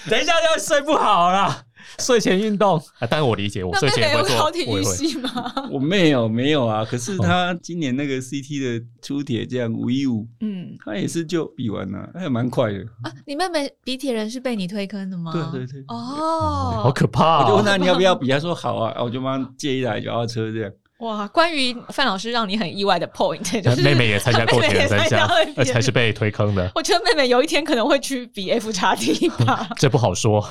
Speaker 2: 等一下要睡不好啦，睡前运动啊，但是我理解，我
Speaker 3: 那
Speaker 2: 睡
Speaker 3: 妹妹
Speaker 2: 前也
Speaker 3: 有
Speaker 2: 会做，
Speaker 3: 考体
Speaker 2: 我
Speaker 3: 育
Speaker 2: 也会
Speaker 3: 系吗？
Speaker 1: 我没有没有啊，可是她今年那个 CT 的出铁这样五一五，
Speaker 3: 嗯，
Speaker 1: 她也是就比完了、她也蛮快的。
Speaker 3: 啊，你妹妹比铁人是被你推坑的吗？
Speaker 1: 对对对
Speaker 3: 啊哦，
Speaker 2: 好可怕、
Speaker 1: 我就问
Speaker 2: 哦。
Speaker 1: 她你要不要比，她说好啊，啊 我就帮她借一台脚踏车这样。
Speaker 3: 哇！关于范老师让你很意外的 point，就是
Speaker 2: 呃妹妹也参加过铁人三项
Speaker 3: 她 妹妹也参加过铁人，
Speaker 2: 而且还是被推坑的，
Speaker 3: 我觉得妹妹有一天可能会去比 F 叉 T 吧。
Speaker 2: 这不好说。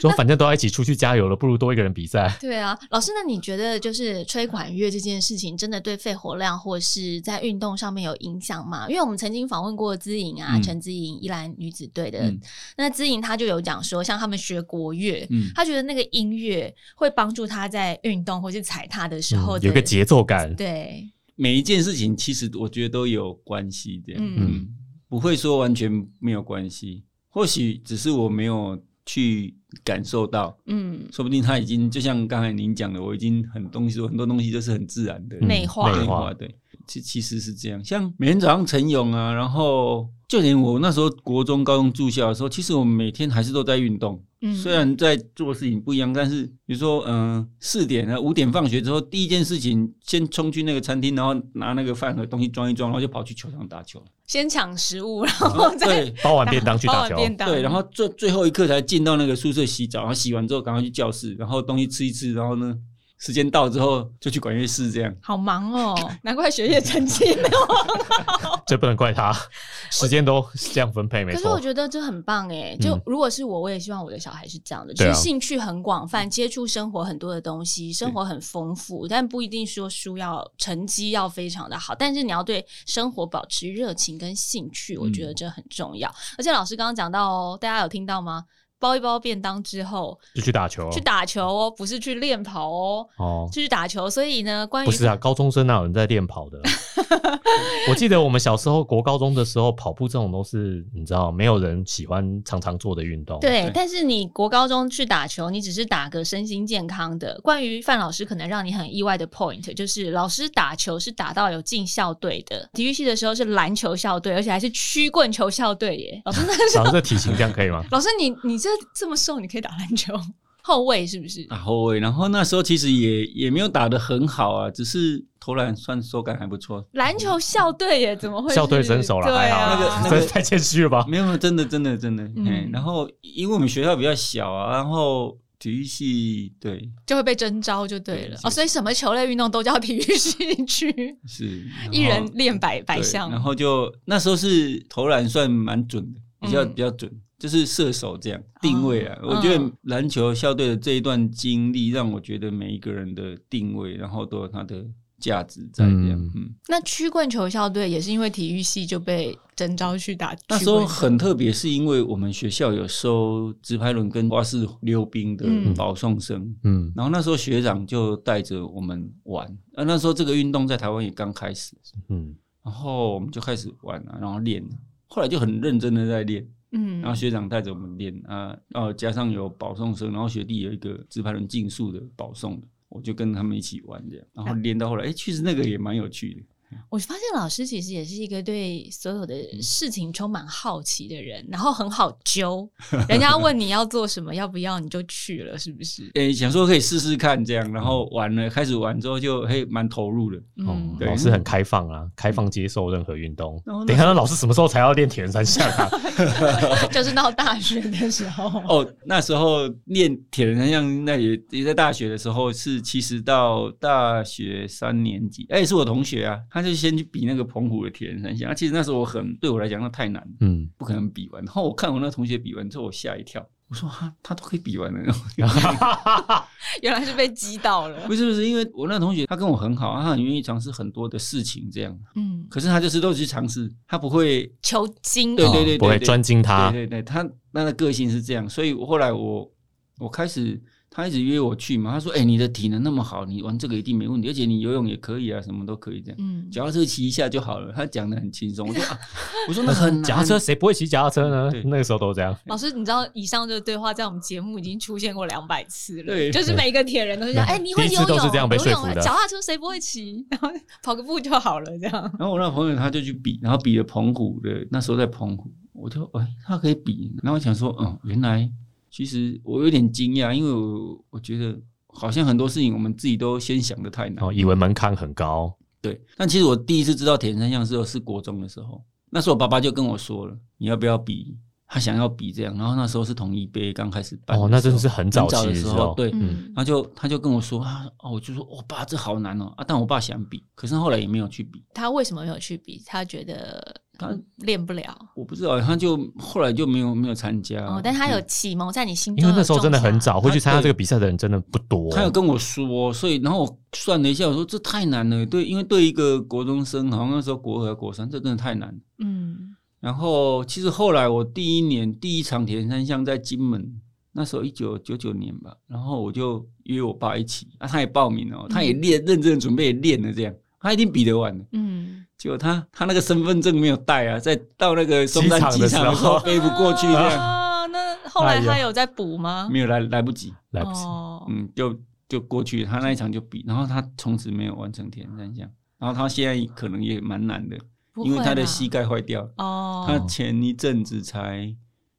Speaker 2: 说反正都要一起出去加油了，不如多一个人比赛。
Speaker 3: 对啊，老师，那你觉得就是吹管乐这件事情，真的对肺活量或是在运动上面有影响吗？因为我们曾经访问过资颖啊，
Speaker 1: 嗯
Speaker 3: 陈资颖依兰女子队的，
Speaker 1: 嗯
Speaker 3: 那资颖她就有讲说，像他们学国乐，
Speaker 1: 嗯，
Speaker 3: 她觉得那个音乐会帮助她在运动或是踩踏的时候
Speaker 2: 嗯
Speaker 3: 的、
Speaker 2: 有个节奏感，
Speaker 3: 对，
Speaker 1: 每一件事情其实我觉得都有关系这样。
Speaker 3: 嗯
Speaker 1: 嗯，不会说完全没有关系，或许只是我没有去感受到，
Speaker 3: 嗯，
Speaker 1: 说不定他已经就像刚才您讲的，我已经很东西，很多东西都是很自然的
Speaker 2: 嗯
Speaker 3: 内化
Speaker 2: 内
Speaker 1: 变化。
Speaker 2: 化，
Speaker 1: 对，其其实是这样，像每天早上晨泳啊，然后就连我那时候国中、高中住校的时候，其实我们每天还是都在运动。
Speaker 3: 嗯
Speaker 1: 虽然在做的事情不一样，但是比如说，嗯、四点啊，五点放学之后，第一件事情先冲去那个餐厅，然后拿那个饭盒东西装一装，然后就跑去球场打球。
Speaker 3: 先抢食物，然 后再
Speaker 1: 对，
Speaker 2: 包哦完便当去
Speaker 3: 包
Speaker 2: 打
Speaker 3: 完
Speaker 2: 球，
Speaker 3: 便当
Speaker 1: 对，然后最最后一刻才进到那个宿舍洗澡，然后洗完之后赶快去教室，然后东西吃一吃，然后呢，时间到之后就去管乐室这样。
Speaker 3: 好 忙哦，难怪学业成绩没有。
Speaker 2: 这不能 怪他，时间都是这样分配， 没
Speaker 3: 可是我
Speaker 2: 错。
Speaker 3: 觉得这很棒哎，就
Speaker 2: 嗯
Speaker 3: 如果是我，我也希望我的小孩是这样的，就
Speaker 2: 对啊
Speaker 3: 是兴趣很广泛，接触生活很多的东西，生活很丰富，但不一定说书要成绩要非常的好，但是你要对生活保持热情跟兴趣，我
Speaker 2: 嗯
Speaker 3: 觉得这很重要。而且老师刚刚讲到哦，大家有听到吗？包一包便当之后
Speaker 2: 就去打球，
Speaker 3: 去打球哦，不是去练跑哦，
Speaker 2: 哦，
Speaker 3: 是去打球。所以呢，关于
Speaker 2: 不是啊，高中生哪有人在练 跑的？啊我记得我们小时候国高中的时候，跑步这种都是你知道，没有人喜欢常常做的运动。，
Speaker 3: 对
Speaker 1: 对，
Speaker 3: 但是你国高中去打球，你只是打个身心健康的。关于范老师可能让你很意外的 point，就是老师打球是打到有进校队的，体育系的时候是篮球校队，而且还是曲棍球校队耶。老师那 个时
Speaker 2: 然后
Speaker 3: 候，？
Speaker 2: 这体型这样可以吗
Speaker 3: 老师你你这这么瘦，你可以打篮球后卫是不是？
Speaker 2: 啊
Speaker 1: 然后欸卫，然后那时候其实也也没有打得很好啊，只是投篮算手感还不错。
Speaker 3: 篮球校队耶，怎么 会是？
Speaker 2: 校队身手了，
Speaker 3: 对
Speaker 2: 还
Speaker 3: 啊，
Speaker 2: 好
Speaker 1: 那
Speaker 2: 啦，
Speaker 1: 个
Speaker 2: 这太谦虚了吧？
Speaker 1: 没有，没有真的真的真的。
Speaker 3: 嗯
Speaker 1: 嗯、然后因为我们学校比较小啊，然后体育系对
Speaker 3: 就会被征召就对了
Speaker 1: 对
Speaker 3: 哦。所以什么球类运动都叫体育系去，
Speaker 1: 是然后
Speaker 3: 一人练百百
Speaker 1: 对
Speaker 3: 项。
Speaker 1: 然后就那时候是投篮算蛮准的，比较、
Speaker 3: 嗯
Speaker 1: 比较准，就是射手这样定位啊。
Speaker 3: 嗯
Speaker 1: 我觉得篮球校队的这一段经历，让我觉得每一个人的定位，然后都有他的价值在这样
Speaker 2: 嗯。
Speaker 1: 嗯，
Speaker 3: 那曲棍球校队也是因为体育系就被征召去打曲
Speaker 1: 那
Speaker 3: 棍
Speaker 1: 时
Speaker 3: 球，
Speaker 1: 候很特别，是因为我们学校有收直排轮跟花式溜冰的
Speaker 3: 嗯
Speaker 1: 保送生，
Speaker 2: 嗯，
Speaker 1: 然后那时候学长就带着我们玩。啊，那时候这个运动在台湾也刚开始，
Speaker 2: 嗯，
Speaker 1: 然后我们就开始玩啊，然后练啊。后来就很认真的在练，
Speaker 3: 嗯，
Speaker 1: 然后学长带着我们练啊，呃，加上有保送生，然后学弟有一个直排轮竞速的保送的，我就跟他们一起玩这样，然后练到后来，哎、其实那个也蛮有趣的。
Speaker 3: 我发现老师其实也是一个对所有的事情充满好奇的人，然后很好揪。人家问你要做什么，要不要你就去了，是不是？
Speaker 1: 诶、想说可以试试看这样，然后玩了，开始玩之后就嘿蛮投入的。
Speaker 3: 嗯
Speaker 2: 哦，，
Speaker 1: 对嗯
Speaker 2: 老师很开放啊，开放接受任何运动
Speaker 1: 然后。那
Speaker 2: 等一下，那老师什么时候才要练铁人三项啊？
Speaker 3: 就是到大学的时候，
Speaker 1: 哦，那时候练铁人三项，那也也在大学的时候是，其实到大学三年级，哎、是我同学啊，他就先去比那个澎湖的铁人三项，啊，其实那时候我很对我来讲那太难了，
Speaker 2: 嗯，
Speaker 1: 不可能比完。然后我看我那同学比完之后，我吓一跳，我说哈，他都可以比完了。
Speaker 3: 原来是被击倒了。
Speaker 1: 不是不是，因为我那同学他跟我很好，他很愿意尝试很多的事情，这样。
Speaker 3: 嗯，
Speaker 1: 可是他就是都去尝试，他不会，
Speaker 3: 求精
Speaker 1: 对对对对
Speaker 2: 嗯不会
Speaker 1: 对
Speaker 2: 专精他。
Speaker 1: 对对对，他那个个性是这样，所以我后来我我开始他一直约我去嘛，他说：“哎、你的体能那么好，你玩这个一定没问题，而且你游泳也可以啊，什么都可以这样。”
Speaker 3: 嗯，
Speaker 1: 脚踏车骑一下就好了，他讲的很轻松。我说啊，我说那 很
Speaker 2: 脚踏
Speaker 1: 难，
Speaker 2: 车谁不会骑脚踏车呢
Speaker 1: 对？
Speaker 2: 那个时候都这样。
Speaker 3: 老师，你知道以上这个对话在我们节目已经出现过两百次了，
Speaker 1: 对
Speaker 3: 就是每一个铁人都是这 样，
Speaker 2: 对
Speaker 3: 哎、你会
Speaker 2: 第一
Speaker 3: 游
Speaker 2: 次
Speaker 3: 泳，
Speaker 2: 都是这样被说
Speaker 3: 游泳
Speaker 2: 服的
Speaker 3: 脚踏车谁不会骑？然后跑个步就好了，这样。
Speaker 1: 然后我那朋友他就去比，然后比了澎湖的，那时候在澎湖，我就哎、他可以比，然后我想说，嗯，原来其实我有点惊讶，因为我我觉得好像很多事情我们自己都先想的太难，
Speaker 2: 哦，以为门槛很高，
Speaker 1: 对。但其实我第一次知道铁人三项的时候是国中的时候，那时候我爸爸就跟我说了，你要不要比？他想要比这样，然后那时候是统一杯刚开始办的时候，
Speaker 2: 哦那真的是很早
Speaker 1: 的
Speaker 2: 期
Speaker 1: 时
Speaker 2: 的时
Speaker 1: 候，
Speaker 2: 候
Speaker 1: 对，
Speaker 2: 嗯
Speaker 1: 他就他就跟我说啊，哦，我就说，我、爸这好难哦啊，但我爸想比，可是后来也没有去比，
Speaker 3: 他为什么没有去比？他觉得
Speaker 1: 他
Speaker 3: 嗯练不了。
Speaker 1: 我不知道，他就后来就没有没有参加。
Speaker 3: 哦，但他有
Speaker 1: 嗯
Speaker 3: 启蒙在你心中，
Speaker 2: 因为那时候真的很
Speaker 3: 嗯
Speaker 2: 早，，会去参加
Speaker 1: 对
Speaker 2: 这个比赛的人真的不多。
Speaker 1: 他有跟我说，所以然后我算了一下，我说这太难了，对，因为对一个国中生，好像那时候国二还国三，这真的太难了。
Speaker 3: 嗯，
Speaker 1: 然后其实后来我第一年第一场铁人三项在金门，那时候一九九九年吧，然后我就约我爸一起，啊，他也报名了哦，他也练、认真地准备也练了这样。他一定比得完的，
Speaker 3: 嗯，
Speaker 1: 结果他他那个身份证没有带啊，在到那个松山
Speaker 2: 机场
Speaker 1: 机
Speaker 2: 的
Speaker 1: 场的
Speaker 2: 时
Speaker 1: 时候
Speaker 2: 候
Speaker 1: 飞不过去，这样
Speaker 3: 啊，那后来他有在补 吗？
Speaker 1: 没有来来不及。
Speaker 2: 来不及。
Speaker 3: 哦，
Speaker 1: 嗯，就就过去，他那一场就比，然后他从此没有完成铁人三项，然后他现在可能也蛮难的，
Speaker 3: 不会
Speaker 1: 因为他的
Speaker 3: 啦
Speaker 1: 膝盖坏掉了，他
Speaker 3: 哦，
Speaker 1: 前一阵子才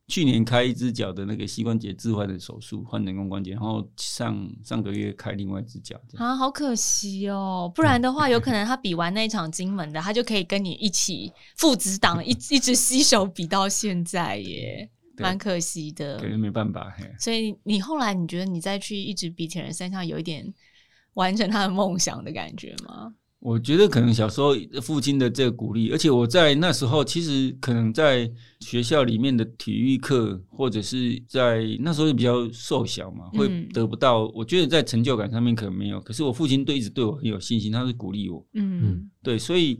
Speaker 1: 去年开一只脚的那个膝关节置换的手术，换人工关节，然后上上个月开另外一只脚，这样
Speaker 3: 啊，好可惜哦，
Speaker 1: 嗯
Speaker 3: 不然的话，有可能他比完那一场金门的，他就可以跟你一起父子档一一直携手比到现在耶，
Speaker 1: 对
Speaker 3: 蛮可惜的
Speaker 1: 可。能没办法，嘿
Speaker 3: 所以你后来你觉得你再去一直比铁人三项，有一点完成他的梦想的感觉吗？
Speaker 1: 我觉得可能小时候父亲的这个鼓励，而且我在那时候其实可能在学校里面的体育课，或者是在那时候比较瘦小嘛，
Speaker 3: 嗯
Speaker 1: 会得不到。我觉得在成就感上面可能没有，可是我父亲对一直对我很有信心，他是鼓励我。
Speaker 3: 嗯
Speaker 2: 嗯
Speaker 1: 对，所以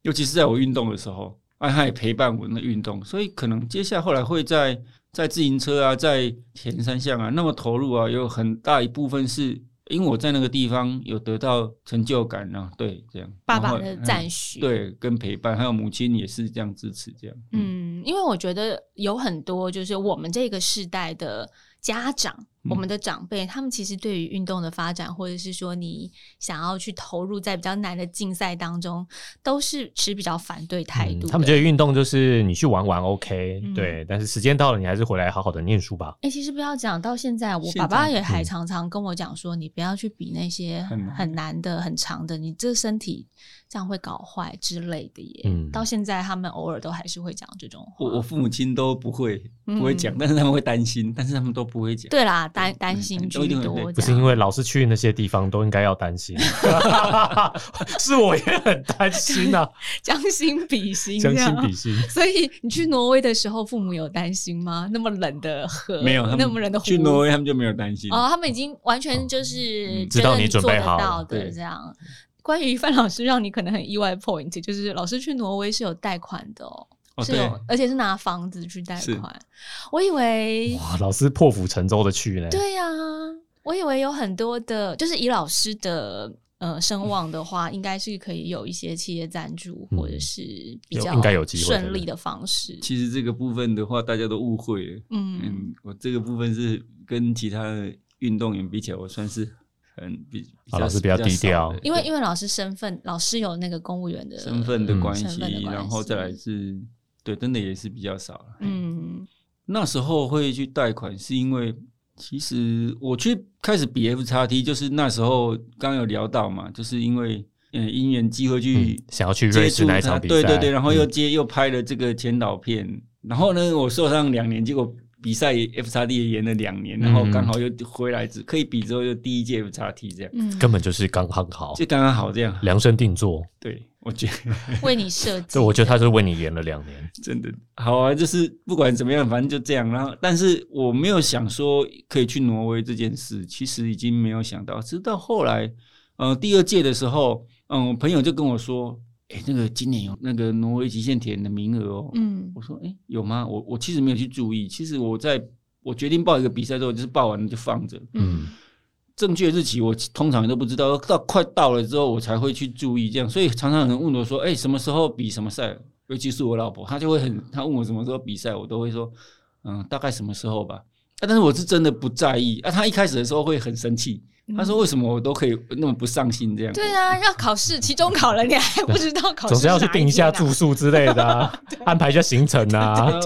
Speaker 1: 尤其是在我运动的时候，啊，他也陪伴我那运动，所以可能接下来后来会在在自行车啊，在铁人三项啊那么投入啊，有很大一部分是因为我在那个地方有得到成就感啊，对，这样
Speaker 3: 爸
Speaker 1: 然
Speaker 3: 爸
Speaker 1: 后
Speaker 3: 的
Speaker 1: 嗯
Speaker 3: 赞许，
Speaker 1: 对，跟陪伴，还有母亲也是这样支持，这样，嗯，
Speaker 3: 嗯，因为我觉得有很多就是我们这个世代的家长，
Speaker 1: 嗯
Speaker 3: 我们的长辈，他们其实对于运动的发展，或者是说你想要去投入在比较难的竞赛当中，都是持比较反对
Speaker 1: 嗯
Speaker 3: 态度、
Speaker 2: 嗯他们觉
Speaker 3: 得，
Speaker 2: 得运动就是你去玩玩 OK，、
Speaker 3: 嗯
Speaker 2: 对，但是时间到了，你还是回来好好的念书吧。
Speaker 3: 哎、其实不要讲到现在，我
Speaker 1: 现
Speaker 3: 爸爸
Speaker 1: 在
Speaker 3: 也还
Speaker 2: 嗯
Speaker 3: 常常跟我讲说，你不要去比那些
Speaker 1: 很难
Speaker 3: 很难的、很长的，你这身体这样会搞坏之类的耶。
Speaker 2: 嗯
Speaker 3: 到现在他们偶尔都还是会讲这种话。
Speaker 1: 我我父母亲都不会不会讲，
Speaker 3: 嗯
Speaker 1: 但是他们会担心，但是他们都不会讲。
Speaker 3: 对啦，担担心
Speaker 1: 嗯
Speaker 3: 居
Speaker 1: 都一定会
Speaker 3: 多这
Speaker 1: 被
Speaker 3: 样，
Speaker 2: 不是因为老是去那些地方都应该要担心， 是我也很担 心啊，
Speaker 3: 将心比心，
Speaker 2: 将
Speaker 3: 这样
Speaker 2: 心比心。
Speaker 3: 所以你去挪威的时候，父母有担心吗？那么冷的河，
Speaker 1: 没有，他
Speaker 3: 那么冷
Speaker 1: 们
Speaker 3: 的湖，哦
Speaker 1: 去挪威，他们就没有担心。
Speaker 3: 哦，他们已经完全就是
Speaker 1: 嗯
Speaker 3: 觉
Speaker 2: 知
Speaker 3: 得
Speaker 2: 道
Speaker 3: 你
Speaker 2: 你准备
Speaker 3: 做得
Speaker 2: 好
Speaker 3: 到的
Speaker 1: 对
Speaker 3: 这样。关于范老师让你可能很意外的 point，就是老师去挪威是有贷款的哦，
Speaker 1: 哦，
Speaker 3: 是
Speaker 1: 对，
Speaker 3: 有，而且是拿房子去贷
Speaker 1: 是
Speaker 3: 款。我以为，
Speaker 2: 哇，老师破釜沉舟的去呢。
Speaker 3: 对呀、我以为有很多的，就是以老师的呃声望的话，应该是可以有一些企业赞助，
Speaker 2: 嗯
Speaker 3: 或者是比
Speaker 2: 有
Speaker 3: 较
Speaker 2: 应该有机会
Speaker 3: 顺利的方式。
Speaker 1: 其实这个部分的话，大家都误会了。
Speaker 3: 嗯，
Speaker 1: 嗯，我这个部分是跟其他的运动员比起来，我算是很比比
Speaker 2: 好
Speaker 1: 较
Speaker 2: 老师比较低调
Speaker 1: 少的
Speaker 3: 因为因为老师身份，老师有那个公务员的
Speaker 1: 身份的
Speaker 2: 嗯
Speaker 1: 关
Speaker 3: 身份的
Speaker 1: 系，
Speaker 3: 关
Speaker 1: 然后再来
Speaker 3: 系
Speaker 1: 是对，真的也是比较少了。
Speaker 3: 嗯
Speaker 1: 那时候会去贷款，是因为其实我去开始比 F 叉 T，就是那时候刚有聊到嘛，就是因为嗯因缘机会去
Speaker 2: 嗯想要去瑞
Speaker 1: 接
Speaker 2: 士
Speaker 1: 触
Speaker 2: 那
Speaker 1: 他，
Speaker 2: 一场比赛，
Speaker 1: 对对对，然后又
Speaker 2: 嗯
Speaker 1: 接、又拍了这个前导片，然后呢我受伤两年，结果比赛 F 叉 T 也延了两年，然后
Speaker 2: 嗯
Speaker 1: 刚好又回来，只可以比之后就第一届 F 叉 T 这样，
Speaker 3: 嗯，
Speaker 2: 根本就是刚刚好，
Speaker 1: 就刚刚好这样。
Speaker 2: 量身定做。
Speaker 1: 对，我觉得。
Speaker 3: 为你设计。
Speaker 2: 所以我觉得他是为你演了两年，
Speaker 1: 真的好啊，就是不管怎么样，反正就这样。然后，但是我没有想说可以去挪威这件事，其实已经没有想到。直到后来，呃，第二届的时候，嗯，我朋友就跟我说：“哎、那个今年有那个挪威极限铁人的名额哦。
Speaker 3: 嗯
Speaker 1: 我说：“哎、有吗？”我我其实没有去注意。其实我在我决定报一个比赛之后，就是报完了就放着，
Speaker 3: 嗯
Speaker 1: 正确日期我通常都不知道，到快到了之后我才会去注意这样，所以常常有人问我说：“哎、什么时候比什么赛？”尤其是我老婆，她就会很，她问我什么时候比赛，我都会说：“嗯，大概什么时候吧。啊”但是我是真的不在意啊。她一开始的时候会很生气，她说：“为什么我都可以那么不上心这样？”
Speaker 3: 嗯对啊，要考试，期中考了，你还不知道考试
Speaker 2: 总是要去定一下住
Speaker 3: 哪
Speaker 2: 宿之类的啊，安排一下行程啊。
Speaker 1: 她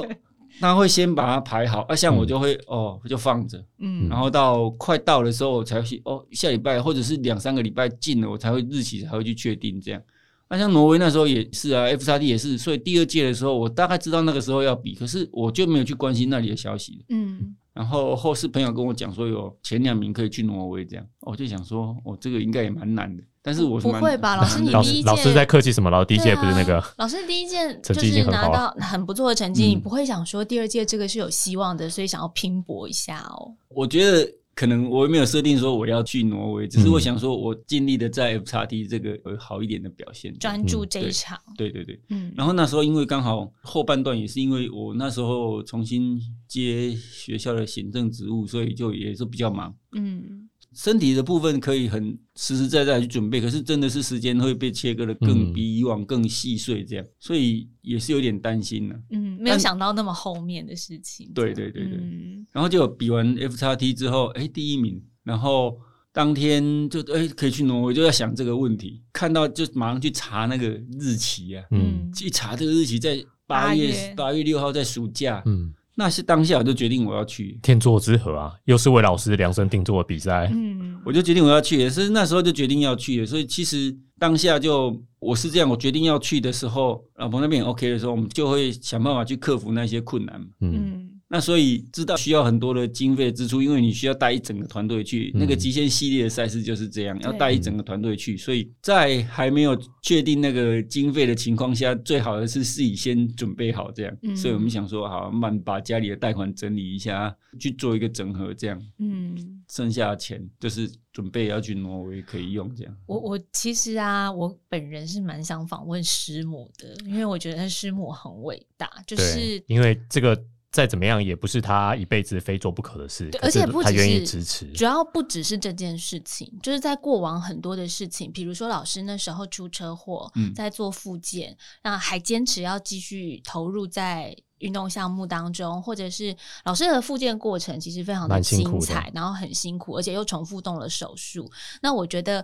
Speaker 1: 她会先把它排好，啊，像我就会、哦，我就放着，
Speaker 3: 天
Speaker 1: 然
Speaker 3: 啊。嗯
Speaker 1: 后到快到的时候，我才去哦，下礼拜或者是两三个礼拜近了，我才会日期才会去确定这样。那像挪威那时候也是啊，F 叉 D 也是，所以第二届的时候，我大概知道那个时候要比，可是我就没有去关心那里的消息了。
Speaker 3: 嗯，
Speaker 1: 然后后世朋友跟我讲说，有前两名可以去挪威这样，哦我就想说，哦，这个应该也蛮难的，但是我是
Speaker 3: 不
Speaker 1: 蛮
Speaker 3: 会吧老师你
Speaker 2: 老
Speaker 3: 第一
Speaker 2: 师
Speaker 3: 届
Speaker 2: 老师在客气什么？老师第一届不是那个
Speaker 3: 对啊老师第一届
Speaker 2: 成
Speaker 3: 就
Speaker 2: 绩已经
Speaker 3: 是
Speaker 2: 很
Speaker 3: 拿
Speaker 2: 好
Speaker 3: 到
Speaker 2: 了
Speaker 3: 很不错的成绩，
Speaker 1: 嗯
Speaker 3: 你不会想说第二届这个是有希望的，所以想要拼搏一下哦。
Speaker 1: 我觉得可能我没有设定说我要去挪威，只是
Speaker 2: 嗯
Speaker 1: 我想说我尽力的在 F 叉 T 这个有好一点的表现。
Speaker 3: 专注这一
Speaker 1: 对
Speaker 3: 场，
Speaker 1: 对对嗯对。
Speaker 3: 嗯
Speaker 1: 然后那时候因为刚好后半段也是因为我那时候重新接学校的行政职务，所以就也是比较忙。
Speaker 3: 嗯
Speaker 1: 身体的部分可以很实实在在地去准备，可是真的是时间会被切割的更
Speaker 2: 嗯
Speaker 1: 比以往更细碎，这样，所以也是有点担心了、
Speaker 3: 嗯，没有想到那么后面的事情。
Speaker 1: 对对对对
Speaker 3: 嗯
Speaker 1: 然后就比完 F 叉 T 之后，哎，第一名，然后当天就哎可以去挪威，就在想这个问题，看到就马上去查那个日期啊，
Speaker 2: 嗯
Speaker 3: 嗯
Speaker 1: 一查这个日期在
Speaker 3: 八
Speaker 1: 八
Speaker 3: 月
Speaker 1: 月八月六号，在暑假，
Speaker 2: 嗯，
Speaker 1: 那是当下我就决定我要去，
Speaker 2: 天作之合啊，又是为老师量身定做的比赛。
Speaker 3: 嗯
Speaker 1: 我就决定我要去，也是那时候就决定要去的。所以其实当下就我是这样，我决定要去的时候，老婆那边也 OK 的时候，我们就会想办法去克服那些困难嘛。
Speaker 2: 嗯，
Speaker 3: 嗯
Speaker 1: 那所以知道需要很多的经费支出，因为你需要带一整个团队去、
Speaker 2: 嗯
Speaker 1: 那个极限系列的赛事就是这样，
Speaker 3: 对
Speaker 1: 要带一整个团队去。所以在还没有确定那个经费的情况下，最好的是自己先准备好这样。
Speaker 3: 嗯
Speaker 1: 所以我们想说，好，慢慢把家里的贷款整理一下，去做一个整合，这样。
Speaker 3: 嗯，
Speaker 1: 剩下的钱就是准备要去挪威可以用这样。
Speaker 3: 我我其实啊，我本人是蛮想访问师母的，因为我觉得师母很伟大，就是
Speaker 2: 对，因为这个再怎么样也不是他一辈子非做不可的事，
Speaker 3: 对
Speaker 2: 可是
Speaker 3: 而且不只
Speaker 2: 他
Speaker 3: 是
Speaker 2: 愿意支持。
Speaker 3: 主要不只是这件事情，就是在过往很多的事情，比如说老师那时候出车祸，
Speaker 1: 嗯
Speaker 3: 在做复健，那还坚持要继续投入在。运动项目当中，或者是老师的复健过程，其实非常的
Speaker 2: 蛮辛
Speaker 3: 精
Speaker 2: 苦的
Speaker 3: 彩，然后很辛苦，而且又重复动了手术。那我觉得，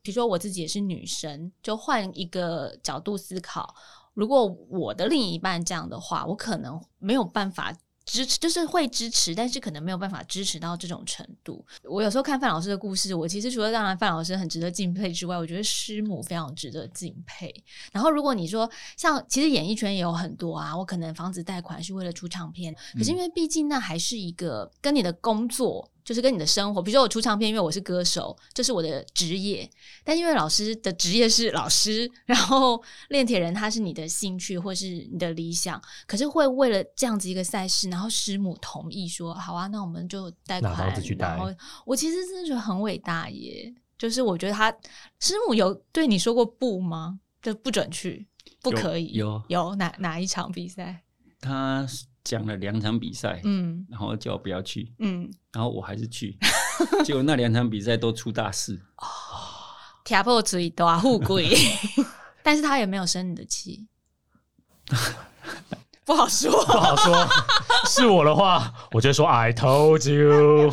Speaker 3: 比如说我自己也是女生，就换一个角度思考，如果我的另一半这样的话，我可能没有办法支持，就是会支持，但是可能没有办法支持到这种程度。我有时候看范老师的故事，我其实除了当然范老师很值得敬佩之外，我觉得师母非常值得敬佩。然后如果你说像其实演艺圈也有很多啊，我可能房子贷款是为了出唱片，可
Speaker 2: 嗯
Speaker 3: 是因为毕竟那还是一个跟你的工作。就是跟你的生活，比如说我出唱片，因为我是歌手，这是我的职业。但因为老师的职业是老师，然后练铁人他是你的兴趣或是你的理想，可是会为了这样子一个赛事，然后师母同意说好啊，那我们就贷
Speaker 2: 拿
Speaker 3: 款，
Speaker 2: 房子去贷
Speaker 3: 然后我其实真的觉得很伟大耶。就是我觉得他师母有对你说过不吗？就不准去，不可以。
Speaker 1: 有
Speaker 3: 有哪哪一场比赛？
Speaker 1: 他讲了两场比赛，
Speaker 3: 嗯
Speaker 1: 然后叫我不要去，
Speaker 3: 嗯，
Speaker 1: 然后我还是去，结果那两场比赛都出大事，
Speaker 3: 挑破嘴大富贵，但是他也没有生你的气，不好
Speaker 2: 不
Speaker 3: 说。
Speaker 2: 好说。是我的话，我就说 I told you。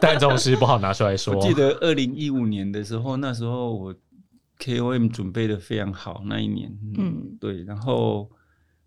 Speaker 2: 但这种事不好拿出来说
Speaker 1: 我。记得二零一五年的时候，那时候我 KOM 准备的非常好，那一年，
Speaker 3: 嗯
Speaker 1: 嗯，对。然后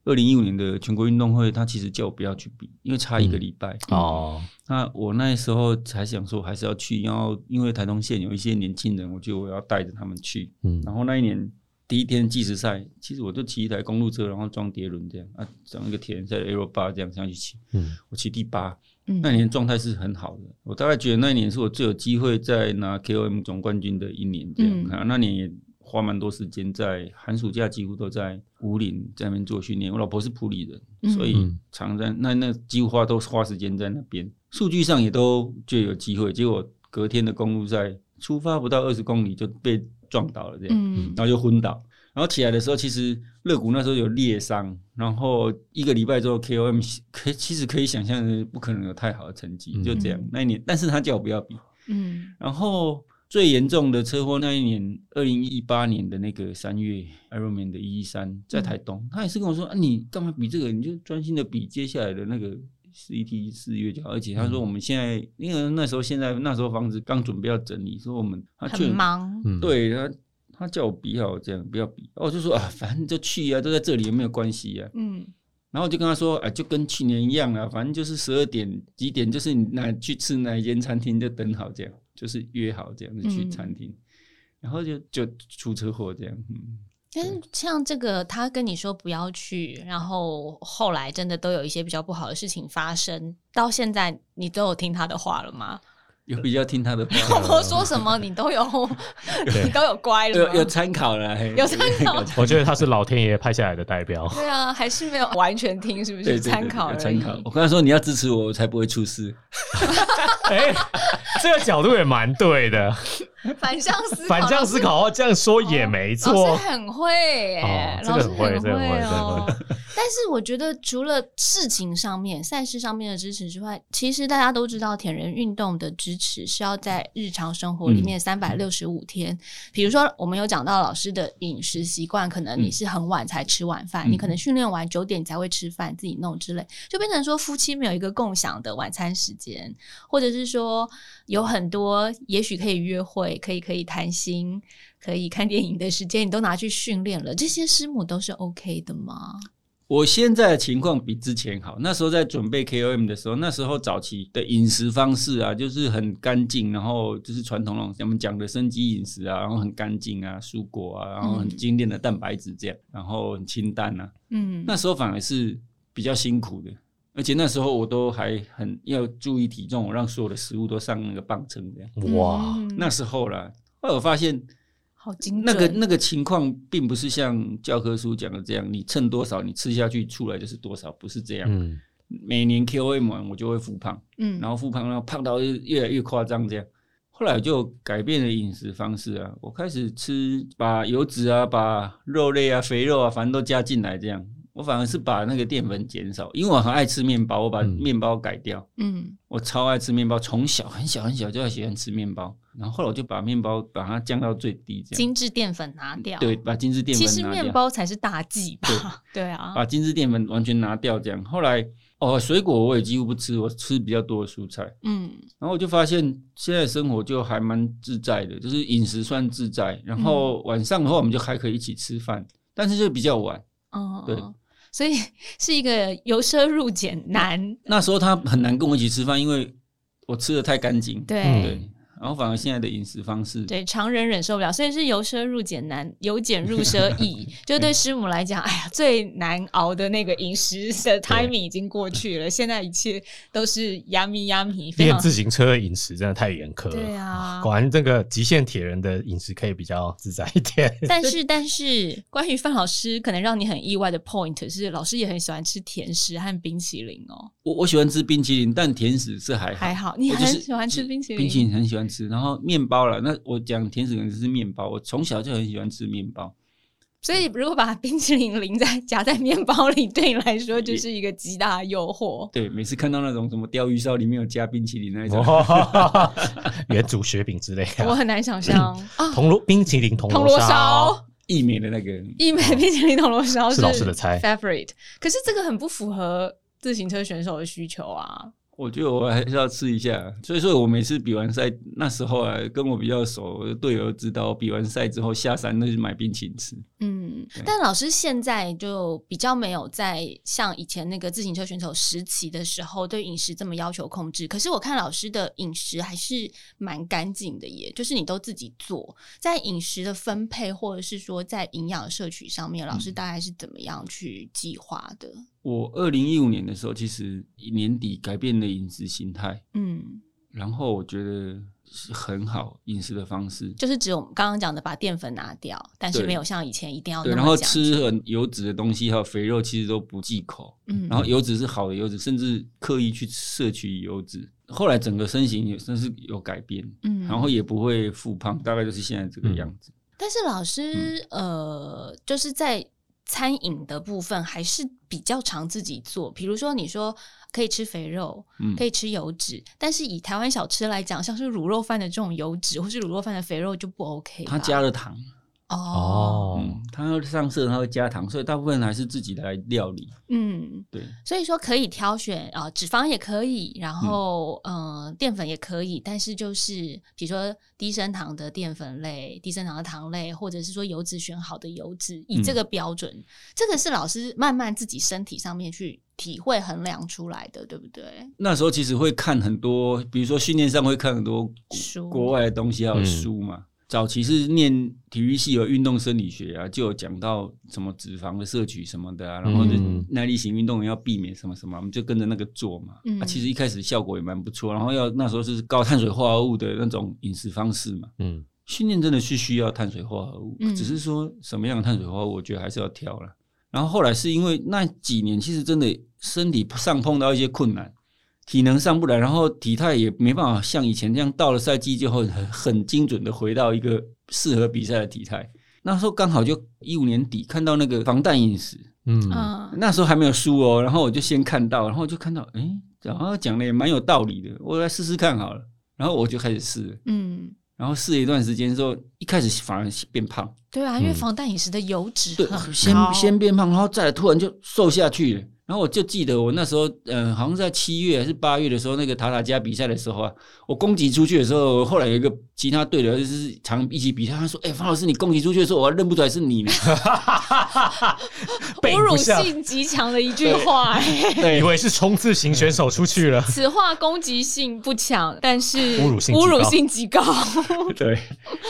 Speaker 1: 二零一五年的全国运动会，他其实叫我不要去比，因为差一个礼拜。
Speaker 2: 哦，
Speaker 1: 那我那时候才想说，还是要去，然后因为台东县有一些年轻人，我觉得我要带着他们去。
Speaker 2: 嗯，
Speaker 1: 然后那一年第一天计时赛，其实我就骑一台公路车，然后装碟轮这样啊，装一个铁人赛的 Aero 八这样上去骑，
Speaker 2: 嗯
Speaker 1: 我骑第八。
Speaker 3: 嗯
Speaker 1: 那年状态是很好的，我大概觉得那一年是我最有机会在拿 KOM 总冠军的一年，这样、
Speaker 3: 嗯
Speaker 1: 啊，那年也花蛮多时间在寒暑假几乎都在五岭在那边做训练。我老婆是普里
Speaker 3: 嗯
Speaker 1: 人，所以
Speaker 2: 嗯
Speaker 1: 常在那那几乎花都花时间在那边，数据上也都就有机会。结果隔天的公路赛出发不到二十公里就被撞倒了，这样，
Speaker 3: 嗯
Speaker 1: 然后就昏倒。然后起来的时候，其实肋骨那时候有裂伤，然后一个礼拜之后 KOM 可其实可以想象的不可能有太好的成绩，
Speaker 2: 嗯
Speaker 1: 就这样
Speaker 3: 嗯
Speaker 1: 那一年。但是他叫我不要比，
Speaker 3: 嗯
Speaker 1: 然后最严重的车祸那一年，二零一八年的那个三月 Ironman 的一一三在台东，他也是跟我说啊，你干嘛比这个？你就专心的比接下来的那个。CT 四月就好，而且他说我们现在，因为那时候现在那时候房子刚准备要整理，说我们他
Speaker 3: 很
Speaker 1: 劝
Speaker 3: 忙，
Speaker 2: 嗯，
Speaker 1: 对他，他叫我不要这样，不要比。我就说啊，反正就去啊，都在这里也没有关系啊。
Speaker 3: 嗯
Speaker 1: 然后我就跟他说，啊，就跟去年一样啊，反正就是十二点几点，就是你哪去吃哪一间餐厅就等好这样，就是约好这样子去
Speaker 3: 嗯
Speaker 1: 餐厅，然后就就出车祸这样。嗯，
Speaker 3: 但是像这个，他跟你说不要去，然后后来真的都有一些比较不好的事情发生，到现在你都有听他的话了吗？
Speaker 1: 有比较听他的
Speaker 3: 婆
Speaker 1: 话，
Speaker 3: 婆呃说什么你都有，你都有乖了吗
Speaker 1: 有有参考了，嘿
Speaker 3: 有参 考
Speaker 2: 我觉得他是老天爷派下来的代表。
Speaker 3: 对啊，还是没有完全听，是不
Speaker 1: 对对
Speaker 3: 是？
Speaker 1: 对
Speaker 3: 参考
Speaker 1: 有
Speaker 3: 而
Speaker 1: 参
Speaker 3: 已
Speaker 1: 考。我跟他说你要支持我，我才不会出事。
Speaker 2: 哎、这个角度也蛮对的。
Speaker 3: 反向思考，
Speaker 2: 反向思考的话，这样说也没
Speaker 3: 老
Speaker 2: 错
Speaker 3: 师。很会耶、
Speaker 2: 哦这
Speaker 3: 老
Speaker 2: 个
Speaker 3: 师
Speaker 2: 很会这个很会
Speaker 3: 哦。但是我觉得，除了事情上面、赛事上面的支持之外，其实大家都知道，铁人运动的支持是要在日常生活里
Speaker 2: 嗯
Speaker 3: 面三百六十五天。比如说，我们有讲到老师的饮食习惯，可能你是很晚才吃晚饭，
Speaker 1: 嗯
Speaker 3: 你可能训练完九点才会吃饭，自己弄之类，就变成说夫妻没有一个共享的晚餐时间。或者是说有很多也许可以约会、可以可以谈心、可以看电影的时间，你都拿去训练了，这些师母都是 OK 的吗？
Speaker 1: 我现在的情况比之前好。那时候在准备 KOM 的时候，那时候早期的饮食方式啊，就是很干净，然后就是传统那种我们讲的生机饮食啊，然后很干净啊，蔬果啊，然后很精炼的蛋白质这样，然后很清淡啊。
Speaker 3: 嗯，
Speaker 1: 那时候反而是比较辛苦的，而且那时候我都还很要注意体重，我让所有的食物都上那个磅秤这样。
Speaker 2: 哇，
Speaker 3: 嗯
Speaker 1: 那时候啦，后来我发现
Speaker 3: 好精
Speaker 1: 那个
Speaker 3: 准
Speaker 1: 那个情况并不是像教科书讲的这样，你称多少，你吃下去出来就是多少，不是这样。
Speaker 2: 嗯，
Speaker 1: 每年 KOM 完我就会复胖，
Speaker 3: 嗯
Speaker 1: 然后复胖，然后胖到越越来越夸张这样。后来我就改变了饮食方式啊，我开始吃把油脂啊、把肉类啊、肥肉啊，反正都加进来这样。我反而是把那个淀粉减少，因为我很爱吃面包，我把
Speaker 2: 嗯
Speaker 1: 面包改掉。
Speaker 3: 嗯
Speaker 1: 我超爱吃面包，从小很小很小就要喜欢吃面包。然后后来我就把面包把它降到最低，这样
Speaker 3: 精致淀粉拿掉，
Speaker 1: 对，，把精致淀粉
Speaker 3: 其
Speaker 1: 拿
Speaker 3: 实
Speaker 1: 掉。
Speaker 3: 面包才是大忌吧？对啊，
Speaker 1: 把精致淀粉完全拿掉，这样。后来哦，水果我也几乎不吃，我吃比较多的蔬菜。
Speaker 3: 嗯
Speaker 1: 然后我就发现现在生活就还蛮自在的，就是饮食算自在。然
Speaker 3: 嗯
Speaker 1: 后晚上的话，我们就还可以一起吃饭，但是就比较晚。
Speaker 3: 嗯，
Speaker 1: 对
Speaker 3: 嗯所以 是一个由奢入俭难，
Speaker 1: 那时候他很难跟我一起吃饭，因为我吃的太干净。
Speaker 3: 对。
Speaker 2: 嗯
Speaker 1: 对，然后反而现在的饮食方式，
Speaker 3: 对，常人忍受不了，所以是由奢入俭难，由俭入奢 易。就对师母来讲，哎呀，最难熬的那个饮食的 timing 已经过去了，现在一切都是 yummy yummy，非
Speaker 2: 练
Speaker 3: 常
Speaker 2: 自行车的饮食真的太严苛了。
Speaker 3: 对啊
Speaker 2: 果然这个极限铁人的饮食可以比较自在一点。
Speaker 3: 但是， 但是，关于范老师，可能让你很意外的 point 是，老师也很喜欢吃甜食和冰淇淋哦。
Speaker 1: 我我喜欢吃冰淇淋，但甜食是还好
Speaker 3: 还好，你
Speaker 1: 我就
Speaker 3: 很
Speaker 1: 是嗯
Speaker 3: 喜欢吃冰淇淋，
Speaker 1: 冰淇淋很喜欢欢吃。然后面包了，那我讲甜食可能是面包，我从小就很喜欢吃面包。
Speaker 3: 所以如果把冰淇淋淋在夹在面包里，对你来说就是一个极大的诱惑。
Speaker 1: 对，每次看到那种什么鲷鱼烧里面有加冰淇淋那一 种，
Speaker 2: 哦，原主雪饼之类
Speaker 3: 我
Speaker 2: 啊，
Speaker 3: 很难想象啊，
Speaker 2: 铜锣冰淇淋、嗯铜
Speaker 3: 铜锣
Speaker 2: 烧，
Speaker 3: 烧，
Speaker 1: 意美的那个，
Speaker 3: 一美冰淇淋铜锣烧
Speaker 2: 是老师的菜
Speaker 3: favorite，可是这个很不符合自行车选手的需求啊。
Speaker 1: 我觉得我还是要吃一下。所以说我每次比完赛那时候啊，跟我比较熟的队友知道，比完赛之后下山都去买冰淇淋吃。
Speaker 3: 嗯
Speaker 1: 对，
Speaker 3: 但老师现在就比较没有在像以前那个自行车选手时期的时候对饮食这么要求控制。可是我看老师的饮食还是蛮干净的耶，就是你都自己做，在饮食的分配或者是说在营养摄取上面，老师
Speaker 1: 嗯
Speaker 3: 大概是怎么样去计划的？
Speaker 1: 我二零一五年的时候，其实年底改变了饮食形态，
Speaker 3: 嗯，
Speaker 1: 然后我觉得是很好饮食的方式。
Speaker 3: 就是只有我们刚刚讲的把淀粉拿掉，但是
Speaker 1: 对
Speaker 3: 没有像以前一定要
Speaker 1: 对，
Speaker 3: 哦那
Speaker 1: 然后
Speaker 3: 么讲究。
Speaker 1: 吃很油脂的东西，还有肥肉，其实都不忌口。
Speaker 3: 嗯
Speaker 1: 然后油脂是好的油脂，甚至刻意去摄取油脂。后来整个身形也算是有改变，
Speaker 3: 嗯
Speaker 1: 然后也不会复胖，大概就是现在这个样子。
Speaker 3: 但是老师，
Speaker 1: 嗯
Speaker 3: 呃，就是在餐饮的部分还是比较常自己做，比如说你说可以吃肥肉，
Speaker 1: 嗯，
Speaker 3: 可以吃油脂，但是以台湾小吃来讲，像是卤肉饭的这种油脂或是卤肉饭的肥肉就不 OK 嗯吧。
Speaker 1: 他加了糖，
Speaker 3: 哦，
Speaker 2: 哦
Speaker 1: 嗯，，他要上色，他会加糖，所以大部分还是自己来料理。
Speaker 3: 嗯，
Speaker 1: 对，
Speaker 3: 所以说可以挑选啊、呃脂肪也可以，然后嗯、呃淀粉也可以，但是就是比如说低升糖的淀粉类、低升糖的糖类，或者是说油脂选好的油脂，以
Speaker 1: 嗯
Speaker 3: 这个标准，这个是老师慢慢自己身体上面去体会衡量出来的，对不对？
Speaker 1: 那时候其实会看很多，比如说训练上会看很多
Speaker 3: 书
Speaker 1: 国外的东西，还有
Speaker 2: 嗯
Speaker 1: 书嘛。早期是念体育系有运动生理学啊，就有讲到什么脂肪的摄取什么的啊，然后呢
Speaker 2: 嗯
Speaker 1: 耐力型运动员要避免什么什么，我们就跟着那个做嘛。
Speaker 3: 嗯
Speaker 1: 啊，其实一开始效果也蛮不错，然后要那时候是高碳水化合物的那种饮食方式嘛。
Speaker 2: 嗯，
Speaker 1: 训练真的是需要碳水化合物，
Speaker 3: 嗯
Speaker 1: 只是说什么样的碳水化合物，我觉得还是要挑了。然后后来是因为那几年其实真的身体上碰到一些困难，体能上不来，然后体态也没办法像以前这样，到了赛季就会很很精准的回到一个适合比赛的体态。那时候刚好就一五年底看到那个防弹饮食，
Speaker 2: 嗯，
Speaker 3: 嗯
Speaker 1: 那时候还没有书哦，然后我就先看到，然后我就看到，诶，好像讲的也蛮有道理的，我来试试看好了。然后我就开始试了。
Speaker 3: 嗯，
Speaker 1: 然后试了一段时间之后，一开始反而变胖，
Speaker 3: 对啊，因为
Speaker 2: 嗯
Speaker 3: 防弹饮食的油脂
Speaker 1: 对，
Speaker 3: 很
Speaker 1: 先
Speaker 3: 高
Speaker 1: 先变胖，然后再来突然就瘦下去了。然后我就记得我那时候，嗯、好像在七月还是八月的时候，那个塔塔加比赛的时候啊，我攻击出去的时候，后来有一个其他队的，就是常一起比赛，他说：“哎、方老师，你攻击出去的时候，我还认不出来是你呢。
Speaker 2: 背
Speaker 3: 侮
Speaker 2: 不
Speaker 3: 辱
Speaker 2: 下，
Speaker 3: 性极强的一句话、哎
Speaker 2: 以为是冲刺型选手出去了，
Speaker 3: 此话攻击性不强，但是
Speaker 2: 侮辱性极
Speaker 3: 侮辱
Speaker 2: 高
Speaker 3: 性极高。
Speaker 1: 对，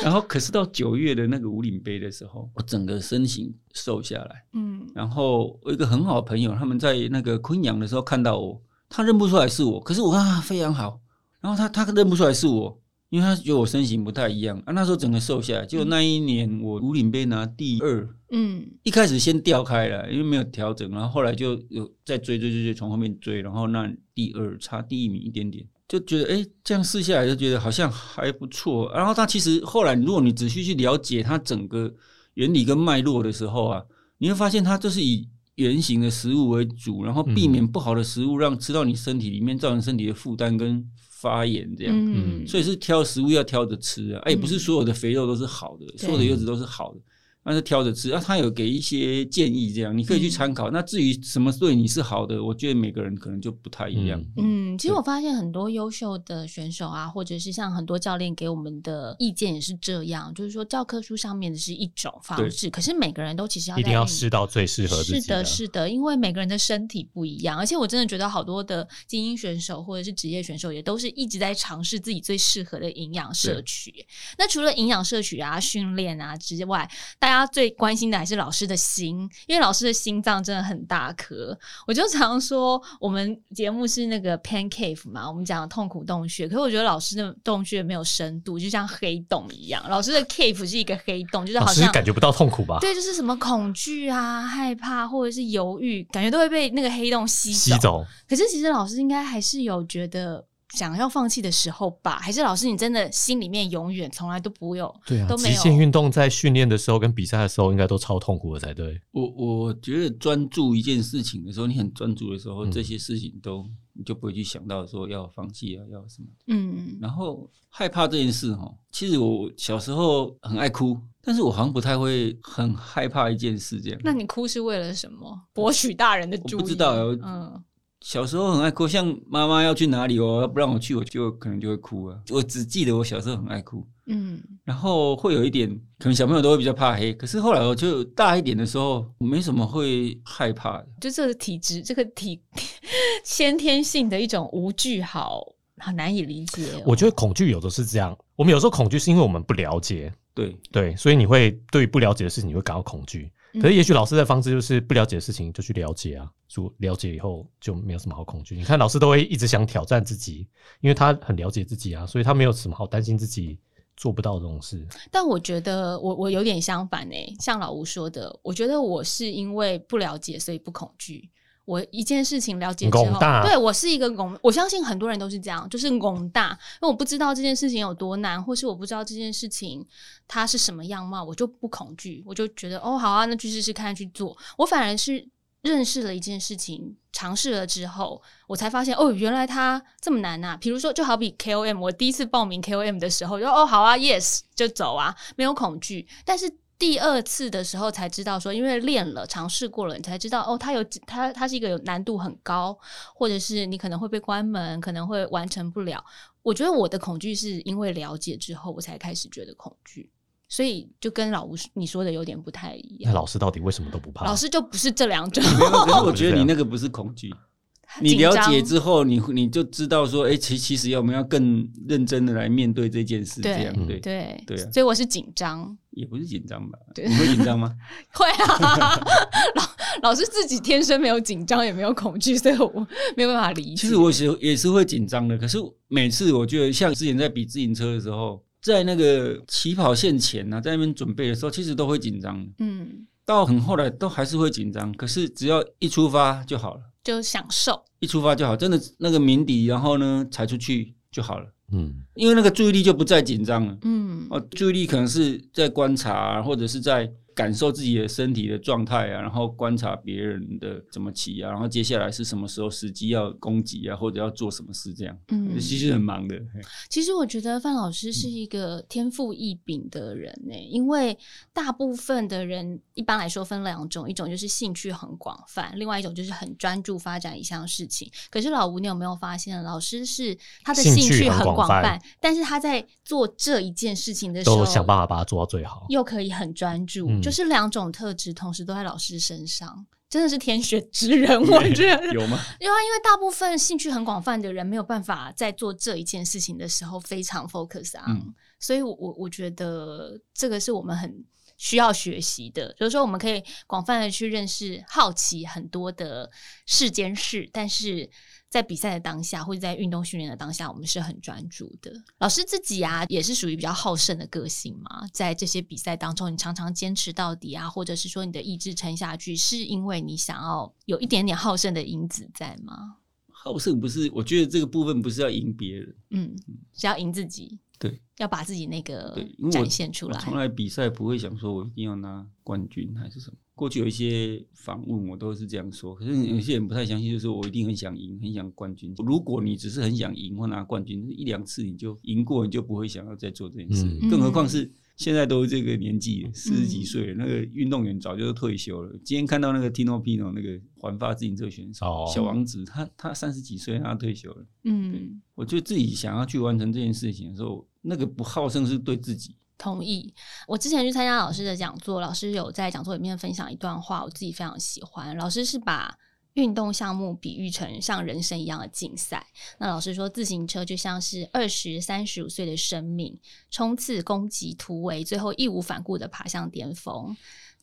Speaker 1: 然后可是到九月的那个五岭杯的时候，我整个身形瘦下来。
Speaker 3: 嗯
Speaker 1: 然后我有一个很好的朋友，他们在那个昆阳的时候看到我，他认不出来是我，可是我看他非常好，然后他他认不出来是我，因为他觉得我身形不太一样啊。那时候整个瘦下来，结果那一年我五岭杯拿第二，
Speaker 3: 嗯。
Speaker 1: 一开始先掉开了，因为没有调整，然后后来就有再追追追追从后面追，然后那第二差第一名一点点。就觉得哎、诶这样试下来就觉得好像还不错。然后他其实后来，如果你仔细去了解它整个原理跟脉络的时候啊，你会发现它就是以圆形的食物为主，然后避免不好的食物让吃到你身体里面，造成身体的负担跟发炎这样。
Speaker 3: 嗯，
Speaker 1: 所以是挑食物要挑着吃啊，哎、
Speaker 3: 嗯
Speaker 1: 不是所有的肥肉都是好的，所有的油脂都是好的，但是挑着吃啊。他有给一些建议，这样你
Speaker 3: 嗯
Speaker 1: 可以去参考。那至于什么对你是好的，我觉得每个人可能就不太一样。
Speaker 3: 嗯，其实
Speaker 1: 对
Speaker 3: 我发现很多优秀的选手啊，或者是像很多教练给我们的意见也是这样，就是说教科书上面的是一种方
Speaker 1: 对
Speaker 3: 式，可是每个人都其实要
Speaker 2: 一定
Speaker 3: 在
Speaker 2: 要
Speaker 3: 运
Speaker 2: 试到最适合自
Speaker 3: 是
Speaker 2: 己的，
Speaker 3: 的，是的，因为每个人的身体不一样，而且我真的觉得好多的精英选手或者是职业选手也都是一直在尝试自己最适合的营养摄取。那除了营养摄取啊、训练啊之外，大家最关心的还是老师的心，因为老师的心脏真的很大颗。我就常说，我们节目是那个 pan cave 嘛，我们讲痛苦洞穴，可是我觉得老师的洞穴没有深度，就像黑洞一样，老师的 cave 是一个黑洞，就是
Speaker 2: 老
Speaker 3: 好
Speaker 2: 师
Speaker 3: 像
Speaker 2: 哦感觉不到痛苦吧？
Speaker 3: 对，就是什么恐惧啊、害怕或者是犹豫，感觉都会被那个黑洞吸
Speaker 2: 吸走，
Speaker 3: 可是其实老师应该还是有觉得想要放弃的时候吧？还是老师你真的心里面永远从来都不有
Speaker 2: 对啊，
Speaker 3: 都没
Speaker 2: 极
Speaker 3: 有
Speaker 2: 限运动在训练的时候跟比赛的时候应该都超痛苦的才对。
Speaker 1: 我我觉得专注一件事情的时候，你很专注的时候，
Speaker 2: 嗯
Speaker 1: 这些事情都你就不会去想到说要放弃啊，要什么。
Speaker 3: 嗯
Speaker 1: 然后害怕这件事哈，其实我小时候很爱哭，但是我好像不太会很害怕一件事这样。
Speaker 3: 那你哭是为了什么？博取大人的注意？
Speaker 1: 我不知道我
Speaker 3: 嗯，
Speaker 1: 小时候很爱哭，像妈妈要去哪里哦，不让我去，我就可能就会哭啊。我只记得我小时候很爱哭，
Speaker 3: 嗯，
Speaker 1: 然后会有一点，可能小朋友都会比较怕黑。可是后来我就大一点的时候，没什么会害怕的。
Speaker 3: 就这个体质，这个体 先天性的一种无惧，好很难以理解哦、
Speaker 2: 我觉得恐惧有的是这样，我们有时候恐惧是因为我们不了解，
Speaker 1: 对，
Speaker 2: 对，所以你会对于不了解的事情你会感到恐惧。
Speaker 3: 嗯
Speaker 2: 可是也许老师的方式就是不了解的事情就去了解啊，就了解以后就没有什么好恐惧。你看老师都会一直想挑战自己，因为他很了解自己啊，所以他没有什么好担心自己做不到这种事。
Speaker 3: 但我觉得我我有点相反诶、像老吴说的，我觉得我是因为不了解，所以不恐惧。我一件事情了解之
Speaker 2: 拱
Speaker 3: 后，
Speaker 2: 大
Speaker 3: 对我是一个拱，我相信很多人都是这样，就是拱大，因为我不知道这件事情有多难，或是我不知道这件事情它是什么样貌，我就不恐惧，我就觉得哦，好啊，那去试试看去做。我反而是认识了一件事情，尝试了之后，我才发现哦，原来它这么难啊！比如说，就好比 KOM，我第一次报名 KOM 的时候，就哦好啊，yes 就走啊，没有恐惧。但是第二次的时候才知道说，因为练了、尝试过了，你才知道哦，它有它它是一个有难度很高，或者是你可能会被关门，可能会完成不了。我觉得我的恐惧是因为了解之后，我才开始觉得恐惧，所以就跟老吴你说的有点不太一
Speaker 2: 那
Speaker 3: 样。
Speaker 2: 老师到底为什么都不怕？
Speaker 3: 老师就不是这两种，
Speaker 1: 没有可是我
Speaker 2: 不是
Speaker 1: 觉
Speaker 2: 这
Speaker 1: 得
Speaker 2: 样
Speaker 1: 你那个不是恐 惧， 你
Speaker 3: 紧
Speaker 1: 了
Speaker 3: 张
Speaker 1: 解之后，你你就知道说，哎、其其实要我们要更认真的来面对这件事，这
Speaker 3: 对
Speaker 1: 样
Speaker 2: 嗯
Speaker 1: 对，
Speaker 3: 对
Speaker 1: 对啊
Speaker 3: 所以我是紧张，
Speaker 1: 也不是紧张吧？
Speaker 3: 对
Speaker 1: 你会紧张吗？
Speaker 3: 会啊， 老老师自己天生没有紧张，也没有恐惧，所以我没有办法理解。
Speaker 1: 其实我是也是会紧张的，可是每次我觉得像之前在比自行车的时候，在那个起跑线前呢、啊，在那边准备的时候，其实都会紧张的，
Speaker 3: 嗯，
Speaker 1: 到很后来都还是会紧张，可是只要一出发就好了，
Speaker 3: 就享受，
Speaker 1: 一出发就好，真的那个鸣笛，然后呢踩出去就好了，
Speaker 2: 嗯，
Speaker 1: 因为那个注意力就不再紧张了。
Speaker 3: 嗯
Speaker 1: 哦，注意力可能是在观察、啊或者是在感受自己的身体的状态啊，然后观察别人的怎么骑啊，然后接下来是什么时候时机要攻击啊，或者要做什么事这样。
Speaker 2: 哦
Speaker 3: 嗯
Speaker 1: 其实很忙的，嘿
Speaker 3: 其实我觉得范老师是一个天赋异禀的人呢、因为大部分的人一般来说分两种，一种就是兴趣很广泛，另外一种就是很专注发展一项事情。可是老吴，你有没有发现，老师是他的
Speaker 2: 兴
Speaker 3: 兴
Speaker 2: 趣
Speaker 3: 趣
Speaker 2: 很
Speaker 3: 很
Speaker 2: 广
Speaker 3: 广
Speaker 2: 泛
Speaker 3: 泛，但是他在做这一件事情的时候，
Speaker 2: 都想办法把它做到最好。
Speaker 3: 又可以很专注，
Speaker 2: 嗯
Speaker 3: 就是两种特质同时都在老师身上，真的是天选之 人。我觉得，
Speaker 1: 有吗？
Speaker 3: 因为因为大部分兴趣很广泛的人没有办法在做这一件事情的时候非常 focus 啊 on，、
Speaker 1: 嗯
Speaker 3: 所以我我我觉得这个是我们很需要学习的。就是说，我们可以广泛的去认识、好奇很多的世间事，但是在比赛的当下或者在运动训练的当下，我们是很专注的。老师自己啊，也是属于比较好胜的个性嘛，在这些比赛当中，你常常坚持到底啊，或者是说你的意志撑下去，是因为你想要有一点点好胜的因子在吗？
Speaker 1: 好胜不是，我觉得这个部分不是要赢别人，
Speaker 3: 嗯，是要赢自己，
Speaker 1: 对，
Speaker 3: 要把自己那个
Speaker 1: 对因为我
Speaker 3: 展现出
Speaker 1: 我
Speaker 3: 来。
Speaker 1: 从来比赛不会想说我一定要拿冠军还是什么。过去有一些访问我都是这样说，可是有些人不太相信，就是我一定很想赢，很想冠军。如果你只是很想赢或拿冠军，一两次你就赢过，你就不会想要再做这件事。
Speaker 2: 嗯
Speaker 1: 更何况是现在都这个年纪了，四十几
Speaker 3: 嗯
Speaker 1: 岁了，那个运动员早就退休了。今天看到那个 Tino Pino 那个环法自行车选手、
Speaker 2: 哦
Speaker 1: 小王子，他他三十几岁，他退休了。
Speaker 3: 嗯，
Speaker 1: 我就自己想要去完成这件事情的时候，那个不好胜是对自己。
Speaker 3: 同意。我之前去参加老师的讲座，老师有在讲座里面分享一段话，我自己非常喜欢。老师是把运动项目比喻成像人生一样的竞赛。那老师说，自行车就像是二十三十五岁的生命，冲刺、攻击、突围，最后义无反顾的爬向巅峰。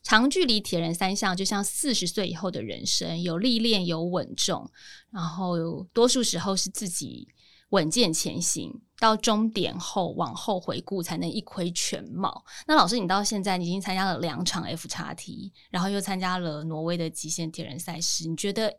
Speaker 3: 长距离铁人三项就像四十岁以后的人生，有历练，有稳重，然后多数时候是自己稳健前行，到终点后往后回顾才能一窥全貌。那老师，你到现在你已经参加了两场 F 叉 T，然后又参加了挪威的极限铁人赛事，你觉得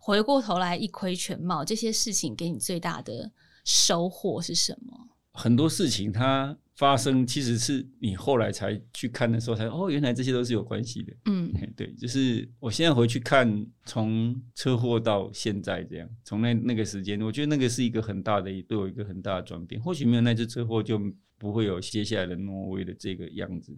Speaker 3: 回过头来一窥全貌这些事情给你最大的收获是什么？
Speaker 1: 很多事情它发生，其实是你后来才去看的时候才哦，原来这些都是有关系的。
Speaker 3: 嗯
Speaker 1: 嘿对，就是我现在回去看，从车祸到现在这样，从那那个时间，我觉得那个是一个很大的，对我一个很大的转变。或许没有那次车祸，就不会有接下来的挪威的这个样子。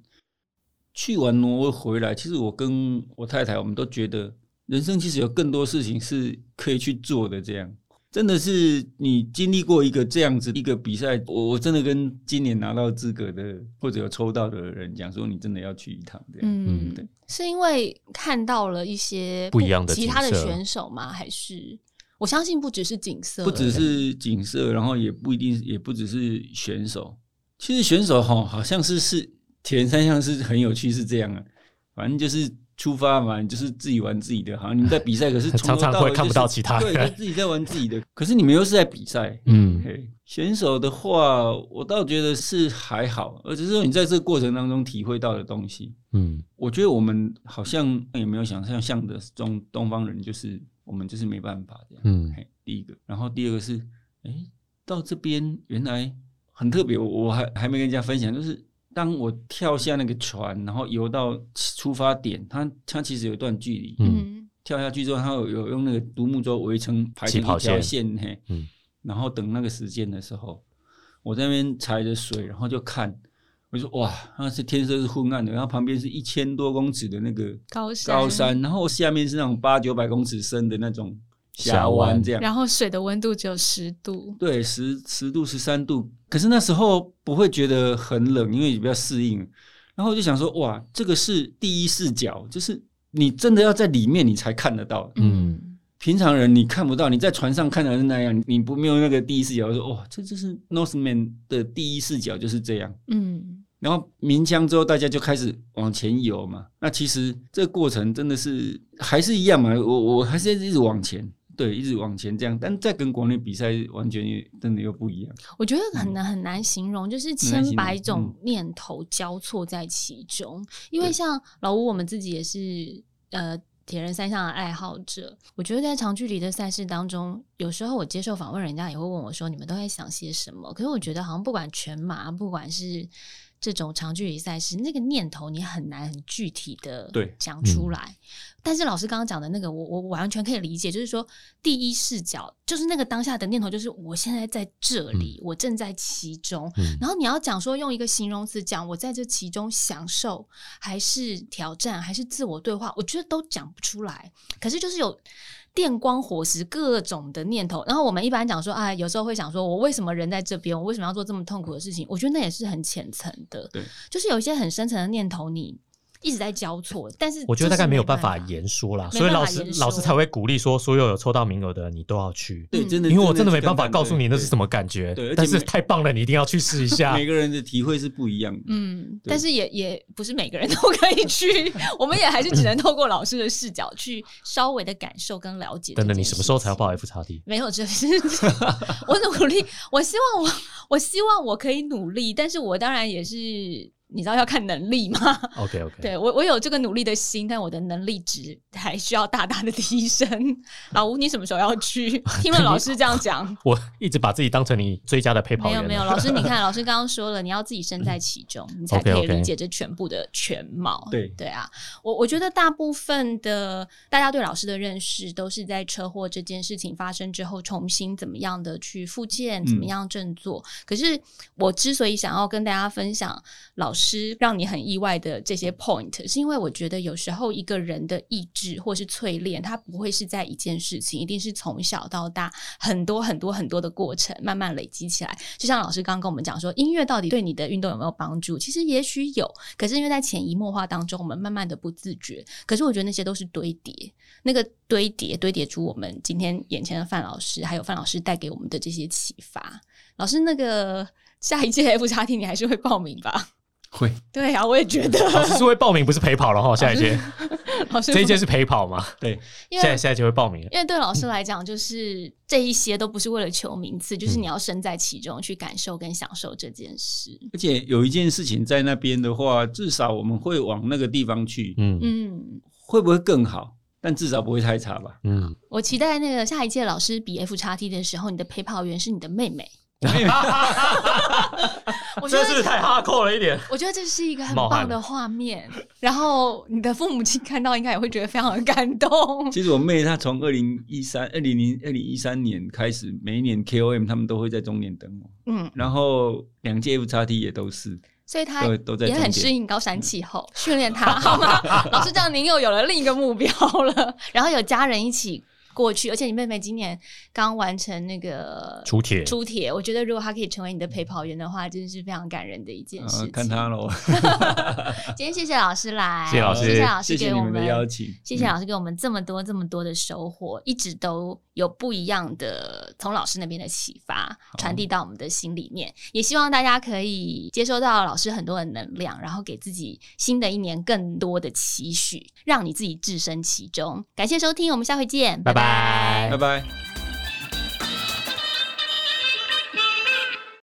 Speaker 1: 去完挪威回来，其实我跟我太太，我们都觉得人生其实有更多事情是可以去做的。这样，真的是你经历过一个这样子一个比赛，我我真的跟今年拿到资格的或者有抽到的人讲说，你真的要去一趟这样。
Speaker 3: 嗯
Speaker 1: 对，
Speaker 3: 是因为看到了一些
Speaker 2: 不一样的
Speaker 3: 其他的
Speaker 2: 景色
Speaker 3: 选手吗？还是我相信不只是景色，
Speaker 1: 不只是景色，然后也不一定，也不只是选手。其实选手哈，好像是是田三项是很有趣，是这样啊。反正就是出发嘛，你就是自己玩自己的。好像你们在比赛，可 是从头
Speaker 2: 常常
Speaker 1: 到尾
Speaker 2: 会看不
Speaker 1: 就是
Speaker 2: 到其他人
Speaker 1: 对，就自己在玩自己的。可是你们又是在比赛。
Speaker 2: 嗯，
Speaker 1: 嘿选手的话，我倒觉得是还好，而只是说你在这个过程当中体会到的东西。
Speaker 2: 嗯，
Speaker 1: 我觉得我们好像也没有想象像的中东方人，就是我们就是没办法这样。
Speaker 2: 嗯
Speaker 1: 嘿，第一个，然后第二个是，哎、到这边原来很特别，我我还还没跟人家分享，就是当我跳下那个船，然后游到出发点，它它其实有一段距离，
Speaker 3: 嗯
Speaker 1: 跳下去之后，它有有用那个独木舟围成排成
Speaker 2: 起跑
Speaker 1: 一条
Speaker 2: 线
Speaker 1: 线，嘿，
Speaker 2: 嗯
Speaker 1: 然后等那个时间的时候，我在那边踩着水，然后就看，我就说哇，那是天色是昏暗的，然后旁边是一千多公尺的那个
Speaker 3: 高山
Speaker 1: 高山，然后下面是那种八九百公尺深的那种峡
Speaker 2: 峡
Speaker 1: 湾，
Speaker 2: 湾
Speaker 1: 这样，
Speaker 3: 然后水的温度只有十度，
Speaker 1: 对，十十度十三度，可是那时候不会觉得很冷，因为你比较适应。然后我就想说，哇，这个是第一视角，就是你真的要在里面你才看得到，
Speaker 3: 嗯
Speaker 2: 嗯，
Speaker 1: 平常人你看不到，你在船上看的是那样，你不没有那个第一视角，说哇，这就是 Northman 的第一视角就是这样。
Speaker 3: 嗯，
Speaker 1: 然后鸣枪之后，大家就开始往前游嘛。那其实这个过程真的是还是一样嘛，我我还是一直往前，对，一直往前这样。但在跟国内比赛完全也真的又不一样。
Speaker 3: 我觉得很难很难形容，就是
Speaker 1: 嗯很难
Speaker 3: 千
Speaker 1: 形容
Speaker 3: 百
Speaker 1: 嗯
Speaker 3: 种念头交错在其中。因为
Speaker 1: 对
Speaker 3: 像老吴，我们自己也是呃铁人三项的爱好者。我觉得在长距离的赛事当中，有时候我接受访问，人家也会问我说：“你们都在想些什么？”可是我觉得好像不管全马，不管是这种长距离赛事，那个念头你很难很具体的
Speaker 1: 对
Speaker 3: 讲出来。但是老师刚刚讲的那个，我我我完全可以理解，就是说第一视角就是那个当下的念头，就是我现在在这里，我正在其中。
Speaker 2: 嗯
Speaker 3: 然后你要讲说用一个形容词讲我在这其中享受，还是挑战，还是自我对话，我觉得都讲不出来。可是就是有电光火石各种的念头。然后我们一般讲说，哎，有时候会想说，我为什么人在这边？我为什么要做这么痛苦的事情？我觉得那也是很浅层的，
Speaker 1: 对，
Speaker 3: 就是有一些很深层的念头，你一直在交错。但是
Speaker 2: 我觉得
Speaker 3: 就
Speaker 2: 大
Speaker 3: 是
Speaker 2: 概没有办
Speaker 3: 办
Speaker 2: 法言说啦，
Speaker 3: 没
Speaker 2: 所以
Speaker 3: 办
Speaker 2: 老
Speaker 3: 法
Speaker 2: 师
Speaker 3: 言
Speaker 2: 老师
Speaker 3: 说
Speaker 2: 才会鼓励说，所有有抽到名额的你都要去，
Speaker 1: 对，
Speaker 3: 嗯
Speaker 1: 真的，
Speaker 2: 因为我真的
Speaker 1: 去
Speaker 2: 没办
Speaker 1: 看
Speaker 2: 法
Speaker 1: 看
Speaker 2: 告诉你那是什
Speaker 1: 么。
Speaker 2: 么感觉
Speaker 1: 对而且，
Speaker 2: 但是
Speaker 1: 每
Speaker 2: 太棒了，你一定要去试一 下
Speaker 1: 每。个人的体会是不一样的。
Speaker 3: 嗯，
Speaker 1: 对
Speaker 3: 但是也也不是每个人都可以 去，我们也还是只能透过老师的视角去稍微的感受跟了解。
Speaker 2: 等等，你什么时候才要？报 F 叉 D？
Speaker 3: 没有，这是我努力，我希望我我希望我可以努力，但是我当然也是，你知道要看能力嘛。
Speaker 2: OK OK，，
Speaker 3: 对我我有这个努力的心，但我的能力值还需要大大的提升。老吴，你什么时候要去？听了老师这样讲
Speaker 2: 我一直把自己当成你最佳的陪跑
Speaker 3: 没有
Speaker 2: 员。
Speaker 3: 没有，老师你看，老师刚刚说 了，你要自己身在其中，你才可
Speaker 2: OK，OK
Speaker 3: 以理解这全部的全貌。
Speaker 1: 对
Speaker 3: 对啊，我我觉得大部分的大家对老师的认识，都是在车祸这件事情发生之后，重新怎么样的去复健，怎么样振作。可是我之所以想要跟大家分享老师让你很意外的这些 point，是因为我觉得有时候一个人的意志或是淬炼，它不会是在一件事情，一定是从小到大很多很多很多的过程慢慢累积起来。就像老师刚刚跟我们讲说，音乐到底对你的运动有没有帮助？其实也许有，可是因为在潜移默化当中，我们慢慢的不自觉。可是我觉得那些都是堆叠，那个堆叠堆叠出我们今天眼前的范老师，还有范老师带给我们的这些启发。老师，那个下一届 F 叉 T 你还是会报名吧？
Speaker 1: 会，
Speaker 3: 对啊，我也觉得。
Speaker 2: 老师是会报名，不是陪跑了哈。下一届，
Speaker 3: 老师，
Speaker 2: 这一届是陪跑嘛？
Speaker 1: 对，
Speaker 3: 啊因
Speaker 2: 现在
Speaker 3: 为
Speaker 2: 下一届会报名了。
Speaker 3: 因为对老师来讲，就是这一些都不是为了求名次，
Speaker 2: 嗯
Speaker 3: 就是你要身在其中去感受跟享受这件事。
Speaker 1: 而且有一件事情在那边的话，至少我们会往那个地方去，
Speaker 2: 嗯，
Speaker 3: 嗯
Speaker 1: 会不会更好？但至少不会太差吧？
Speaker 2: 嗯，
Speaker 3: 我期待那个下一届老师比 F 叉 T 的时候，你的陪跑员是你的妹 妹。我觉
Speaker 2: 这
Speaker 3: 得
Speaker 2: 是不是太哈扣了一点？
Speaker 3: 我觉得这是一个很
Speaker 2: 冒汗
Speaker 3: 棒的画面，然后你的父母亲看到应该也会觉得非常的感动。
Speaker 1: 其实我妹她从二零一三、二零零、二零一三年开始，每一年 KOM 他们都会在终点等我，
Speaker 3: 嗯，
Speaker 1: 然后两届 F 叉 T 也都是，
Speaker 3: 所以他
Speaker 1: 都都在
Speaker 3: 也
Speaker 1: 终
Speaker 3: 很适
Speaker 1: 点。
Speaker 3: 应高山气候，训练
Speaker 2: 嗯
Speaker 3: 他好吗？ 老师，这样您又有了另一个目标了，然后有家人一起过去，而且你妹妹今年刚完成那个
Speaker 2: 出铁
Speaker 3: 出铁，我觉得如果她可以成为你的陪跑员的话，真是非常感人的一件事
Speaker 1: 呃
Speaker 3: 情。，
Speaker 1: 看她喽，
Speaker 3: 今天谢谢老师来，
Speaker 2: 谢谢老师
Speaker 3: 谢谢老师
Speaker 1: 谢谢
Speaker 3: 给
Speaker 1: 你
Speaker 3: 我
Speaker 1: 们的邀嗯请，
Speaker 3: 谢谢老师给我们这么多这么多的收获，一直都有不一样的从老师那边的启发传递到我们的心里面，也希望大家可以接收到老师很多的能量，然后给自己新的一年更多的期许，让你自己置身其中。感谢收听，我们下回见，
Speaker 2: 拜
Speaker 1: 嗯
Speaker 2: 拜
Speaker 1: 拜拜。